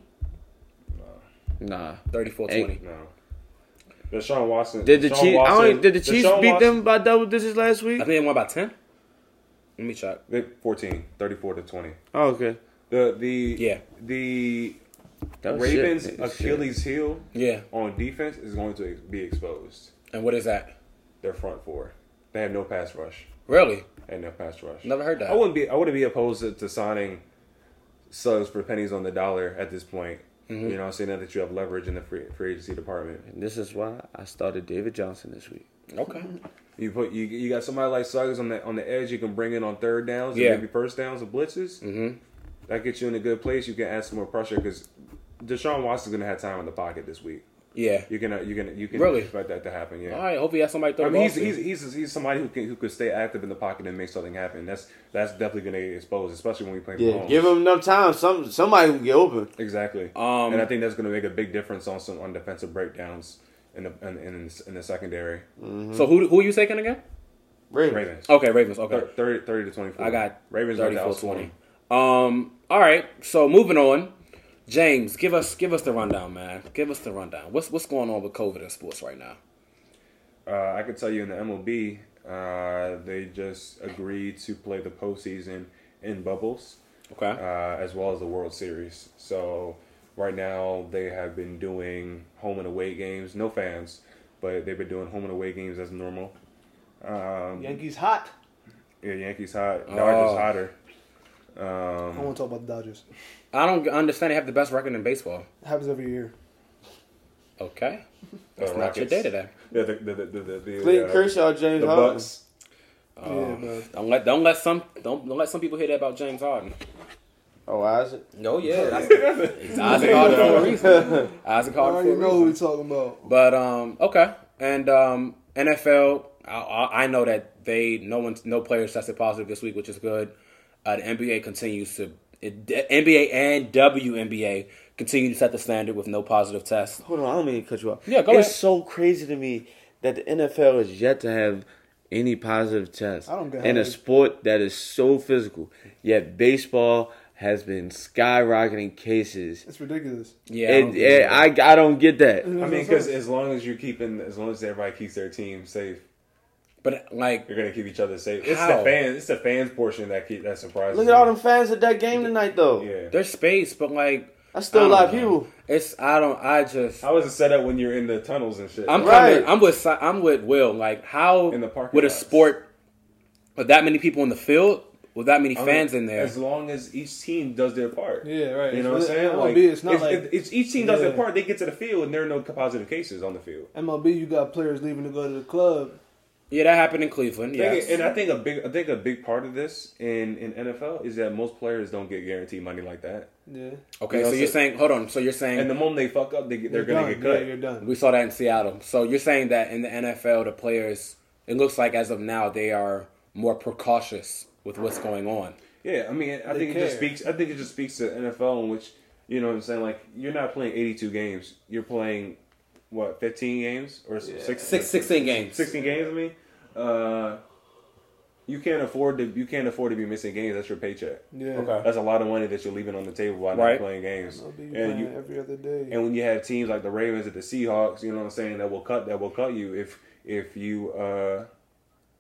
B: Nah.
A: 34-20.
E: No. Deshaun Watson.
B: Did the
E: Deshaun
B: Chiefs? I
E: Watson-
B: don't, did the Chiefs
E: Deshaun
B: beat
E: Watson-
B: them by double digits last week?
A: I think they won by ten. Let me check.
E: They- 14, 34 to 20.
B: Oh, okay.
E: The the
A: Yeah.
E: the
B: That was
E: Ravens
B: Oh, shit. That was shit.
E: Achilles heel
A: Yeah.
E: on defense is going to be exposed.
A: And what is that?
E: Their front four. They have no pass rush.
A: Really?
E: And no pass rush.
A: Never heard that.
E: I wouldn't be I wouldn't be opposed to, to signing subs for pennies on the dollar at this point.
B: Mm-hmm.
E: You know, seeing that you have leverage in the free, free agency department.
B: And this is why I started David Johnson this week.
A: Okay.
E: You put you, you got somebody like Suggs on the on the edge. You can bring in on third downs,
A: Yeah.
E: and maybe first downs and blitzes. Mm-hmm. That gets you in a good place. You can add some more pressure because Deshaun Watson's gonna have time in the pocket this week.
A: Yeah.
E: You can uh, you can you can
A: Really?
E: expect that to happen. Yeah.
A: All right. Hope he has somebody throw
E: I
A: the
E: mean,
A: ball
E: he's,
A: to.
E: he's, he's, he's somebody who can who could stay active in the pocket and make something happen. That's that's definitely going to get exposed, especially when we play.
A: Oh.
E: Mahomes.
B: him enough time. Some somebody can get open.
E: exactly.
A: Um,
E: and I think that's going to make a big difference on some on defensive breakdowns in the in, in, in the secondary.
A: So who who are you taking again?
E: Ravens
A: Okay, Ravens. Oh, Okay.
E: Thir- 30, 30 to twenty four.
A: I got
E: Ravens right now.
A: 34 20. Um, all right. So moving on. James, give us give us the rundown, man. Give us the rundown. What's what's going on with COVID in sports right now?
E: Uh, I could tell you in the MLB, uh, they just agreed to play the postseason in bubbles,
A: Okay.
E: uh, as well as the World Series. So right now they have been doing home and away games, no fans, but they've been doing home and away games as normal. Um,
C: Yankees hot.
E: yeah, Yankees hot, Dodgers
A: Oh.
E: hotter. Um,
C: I want to talk about the Dodgers.
A: I don't understand. They have the best record in baseball.
C: It happens every year.
A: Okay.
E: That's
A: Not your day today.
E: Yeah, the the the the, the, the,
B: Clayton
E: uh,
B: Kershaw, James
E: the
B: Harden.
E: Bucks.
A: Oh.
C: yeah, bro.
A: Don't let don't let some don't, don't let some people hear that about James Harden.
B: Oh, Isaac.
A: No, yeah, that's, it's Isaac Harden for a reason. Isaac
C: I
A: Harden for
C: already
A: a
C: know who
A: reason.
C: we're talking about.
A: But um, okay, and um, NFL, I, I I know that they no one no players tested positive this week, which is good. Uh, the NBA continues to it, the NBA and WNBA continue to set the standard with no positive tests.
B: Hold on, I don't mean to cut you off.
A: Yeah, go
B: it's
A: ahead.
B: so crazy to me that the NFL is yet to have any positive test
C: I don't get
B: in
C: how
B: a
C: they-
B: sport that is so physical. Yet baseball has been skyrocketing cases.
C: It's ridiculous.
A: Yeah, I don't
B: And,
A: get
B: and
A: it.
B: I, I don't get that.
E: I mean, because as long as you're keeping, as long as everybody keeps their team safe,
A: but like
E: you're gonna keep each other safe. It's
A: How?
E: the fans. It's the fans portion that keep that surprises.
B: Look at all
E: me.
B: them fans at that game tonight, though.
E: Yeah.
A: there's space, but like
B: That's still a
A: I
B: lot of
A: don't
B: people.
A: know. It's I don't I just
E: How is it set up when you're in the tunnels and shit?
A: I'm
B: Right.
A: kinda, I'm with Si- I'm with Will. Like how
E: In the parking
A: would a
E: lots.
A: sport with that many people in the field with that many
E: I mean,
A: fans in there?
E: As long as each team does their part.
C: Yeah, right.
E: You know what I'm
C: It's-
E: saying?
C: MLB,
E: Like,
C: it's not like-
E: it's- each team does their
C: Yeah.
E: part. They get to the field and there are no positive cases on the field.
C: MLB, you got players leaving to go to the club.
A: Yeah, that happened in Cleveland.
E: I
A: Yes.
E: think- And I think a big, I think a big part of this in in NFL is that most players don't get guaranteed money like that.
C: Yeah,
A: Okay,
E: You know,
A: so you're
E: so-
A: saying, hold on, so you're
E: And
A: saying
E: the moment they fuck up, they get, they're
C: You're
E: gonna get
C: done.
E: cut.
C: Yeah, you're done.
A: we saw that in Seattle. So you're saying that in the NFL, the players, it looks like as of now, they are more precautious with what's going on.
E: Yeah, I mean, I
C: They
E: think it just
C: care.
E: speaks. I think it just speaks to NFL in which you know what I'm saying. Like you're not playing 82 games. You're playing what 15 games or six,
A: Six- 16 games.
E: 16 games. I mean, uh, you can't afford to. You can't afford to be missing games. That's your paycheck.
C: yeah.
A: Okay.
E: That's a lot of money that you're leaving on the table by
A: Right.
E: not playing games.
C: MLB
E: And
C: playing
E: you
C: every other day.
E: and when you have teams like the Ravens and the Seahawks, you know what I'm saying, that will cut that will cut you if if you uh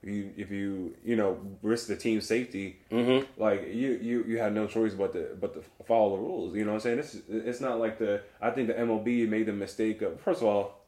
E: you if you you know risk the team's safety,
A: Mm-hmm.
E: like you you you have no choice but to but to follow the rules. You know what I'm saying? This is- it's not like the I think the MLB made the mistake of first of all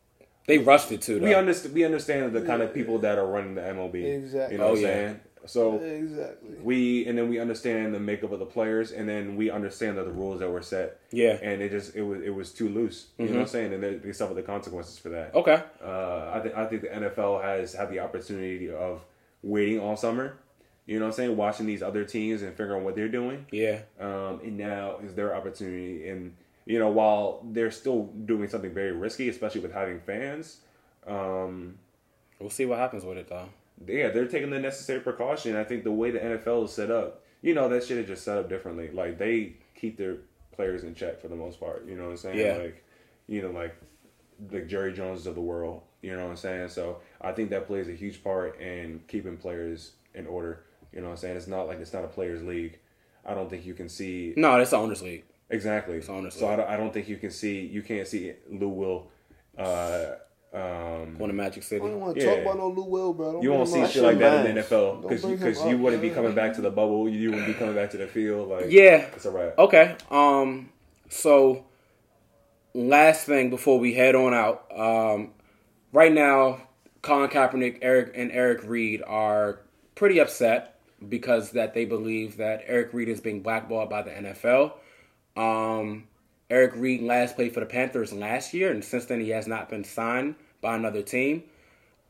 A: They rushed it too, though.
E: we understand we understand the kind of people that are running the MLB. You
C: Exactly.
E: know what
A: Oh,
E: I'm
A: yeah.
E: saying? So
D: Exactly.
E: we and then we understand the makeup of the players and then we understand that the rules that were set
A: Yeah.
E: and it just it was it was too loose you know what i'm saying and they, they suffer the consequences for that
A: Okay.
E: uh i think i think the nfl has had the opportunity of waiting all summer you know what i'm saying watching these other teams and figuring out what they're doing
A: Yeah.
E: um and now is their opportunity and you know while they're still doing something very risky especially with having fans um
A: We'll see what happens with it though.
E: yeah, they're taking the necessary precaution. I think the way the NFL is set up, you know, that shit is just set up differently. Like they keep their players in check for the most part. You know what I'm saying?
A: Yeah.
E: Like, you know, like the Jerry Jones of the world. You know what I'm saying? So I think that plays a huge part in keeping players in order. You know what I'm saying? It's not like it's not a players' league. I don't think you can see
A: No, that's the owners league.
E: exactly.
A: honest.
E: So I don't, I don't think you can see you can't see Lou Will. Uh, um,
A: Going to Magic City.
C: I don't want to
E: Yeah.
C: talk about no Lou Will, bro. Don't
E: you won't
C: bring him
E: see
C: up.
E: shit like that in the
B: matters.
E: NFL
C: Don't
E: because
C: bring him
E: because you
C: up,
E: wouldn't be
C: man.
E: coming back to the bubble. You wouldn't be coming back to the field. Like
A: Yeah.
E: it's alright.
A: Okay. Um. So, last thing before we head on out. Um. Right now, Colin Kaepernick, Eric, and Eric Reed are pretty upset because that they believe that Eric Reed is being blackballed by the NFL. Um. Eric Reed last played for the Panthers last year, and since then he has not been signed by another team.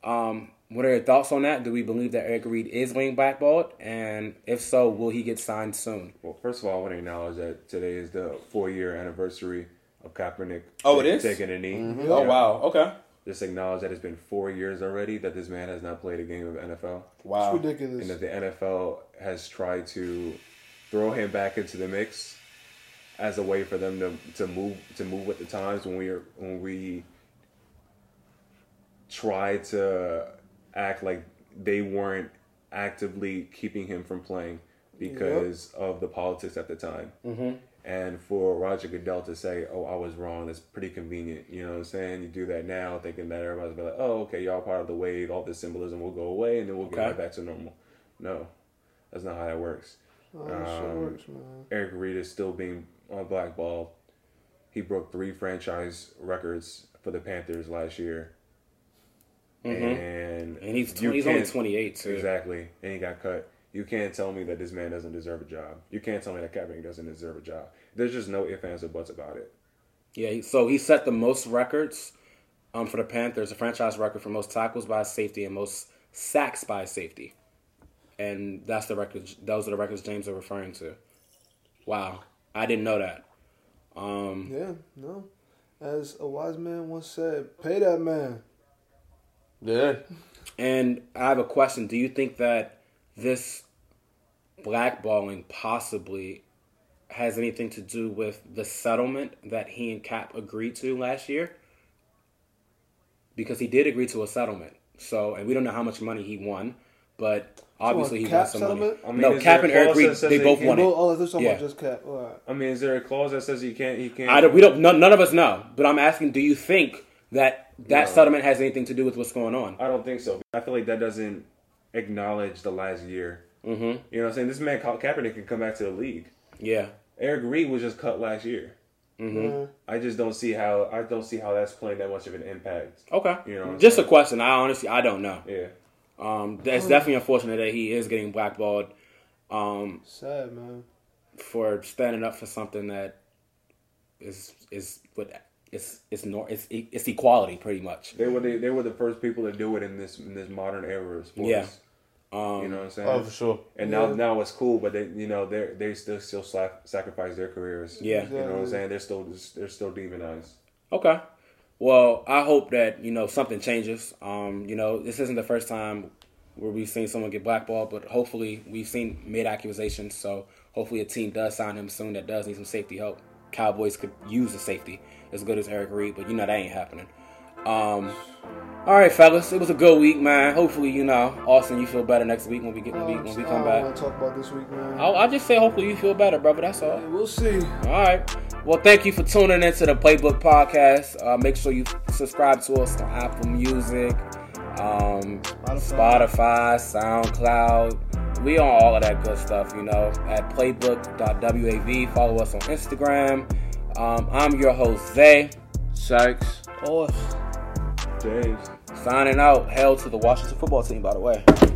A: Um, what are your thoughts on that? Do we believe that Eric Reed is being blackballed? And if so, will he get signed soon?
E: Well, first of all, I want to acknowledge that today is the four year anniversary of Kaepernick.
A: Oh, it
E: ta-
A: is?
E: taking a knee.
A: Oh
E: Yeah.
A: wow. Okay.
E: Just acknowledge that it's been four years already that this man has not played a game of NFL,
C: It's
B: Wow.
E: and that
C: ridiculous.
E: the NFL has tried to throw him back into the mix as a way for them to, to move to move with the times when we are when we try to act like they weren't actively keeping him from playing because of the politics at the time. Mm-hmm. And for Roger Goodell to say, "Oh, I was wrong," that's pretty convenient. You know what I'm saying? You do that now, thinking that everybody's gonna be like, "Oh, okay, y'all part of the wave. All this symbolism will go away, and then we'll
A: Okay.
E: get right back to normal." No, that's not how that works.
C: Oh, that shit
E: um,
C: works, man.
E: Eric Reed is still being on blackball. He broke three franchise records for the Panthers last year. And,
A: Mm-hmm. And he's
E: you
A: 20, he's only
E: can't-
A: 28 too.
E: Exactly. And he got cut. You can't tell me that this man doesn't deserve a job. You can't tell me that Kaepernick doesn't deserve a job. There's just no ifs, ands, or buts about it.
A: Yeah. he- So he set the most records um, for the Panthers, a franchise record for most tackles by a safety and most sacks by a safety. And that's the records. Those are the records James are referring to. Wow, I didn't know that. Um,
C: Yeah, no. As a wise man once said, pay that man.
B: Yeah.
A: And I have a question. Do you think that this blackballing possibly has anything to do with the settlement that he and Cap agreed to last year? Because he did agree to a settlement. So, and we don't know how much money he won, but obviously he won
C: Cap
A: some
C: settlement?
A: money.
E: I mean,
A: no,
E: is
A: Cap
E: there
A: and
E: a
A: Eric
E: clause
A: Reed,
E: that says
A: they
E: they
A: both
E: can't
A: won
C: Well,
A: it.
C: oh, they're talking
A: Yeah.
C: about just cap. All right.
E: I mean, is there a clause that says he can't? He can't.
A: I don't, we don't, none, none of us know. But I'm asking, do you think that that settlement has anything to do with what's going on?
E: I don't think so. I feel like that doesn't acknowledge the last year. Mm-hmm. You know what I'm saying? This man Ka- Kaepernick can come back to the league.
A: Yeah.
E: Eric Reed was just cut last year. Mm-hmm.
C: Yeah.
E: I just don't see how I don't see how that's playing that much of an impact.
A: Okay.
E: You know what I'm
A: Just a
E: saying?
A: question. I honestly, I don't know.
E: Yeah.
A: Um, it's definitely unfortunate that he is getting blackballed um,
C: Sad, man.
A: for standing up for something that is is what it's it's nor it's it's equality pretty much.
E: They were the, they were the first people to do it in this in this modern era of sports.
A: Yeah.
E: you know what I'm saying?
B: Oh, for sure.
E: and now
C: Yeah.
E: now it's cool, but they you know they they still still slack, sacrifice their careers.
A: Yeah.
E: You know what I'm saying? They're still they're still demonized.
A: Okay. Well, I hope that you know something changes. Um, you know, this isn't the first time where we've seen someone get blackballed, but hopefully we've seen made accusations. So hopefully a team does sign him soon that does need some safety help. Cowboys could use a safety as good as Eric Reed, but you know that ain't happening. Um, all right, fellas, it was a good week, man. Hopefully, you know, Austin, you feel better next week when we get when we, when we come
C: I don't want
A: back.
C: to talk about this week, man.
D: Oh,
A: I'll, I'll just say hopefully you feel better, brother. That's all.
C: We'll see.
A: All right. Well, thank you for tuning into the Playbook Podcast. Uh, make sure you subscribe to us on Apple Music, um, Spotify.
C: Spotify.
A: SoundCloud. We on all of that good stuff, you know, at playbook.wav. Follow us on Instagram. Um, I'm your host, Zay.
B: Sykes.
C: Off.
E: James.
A: Signing out. Hail to the Washington football team, by the way.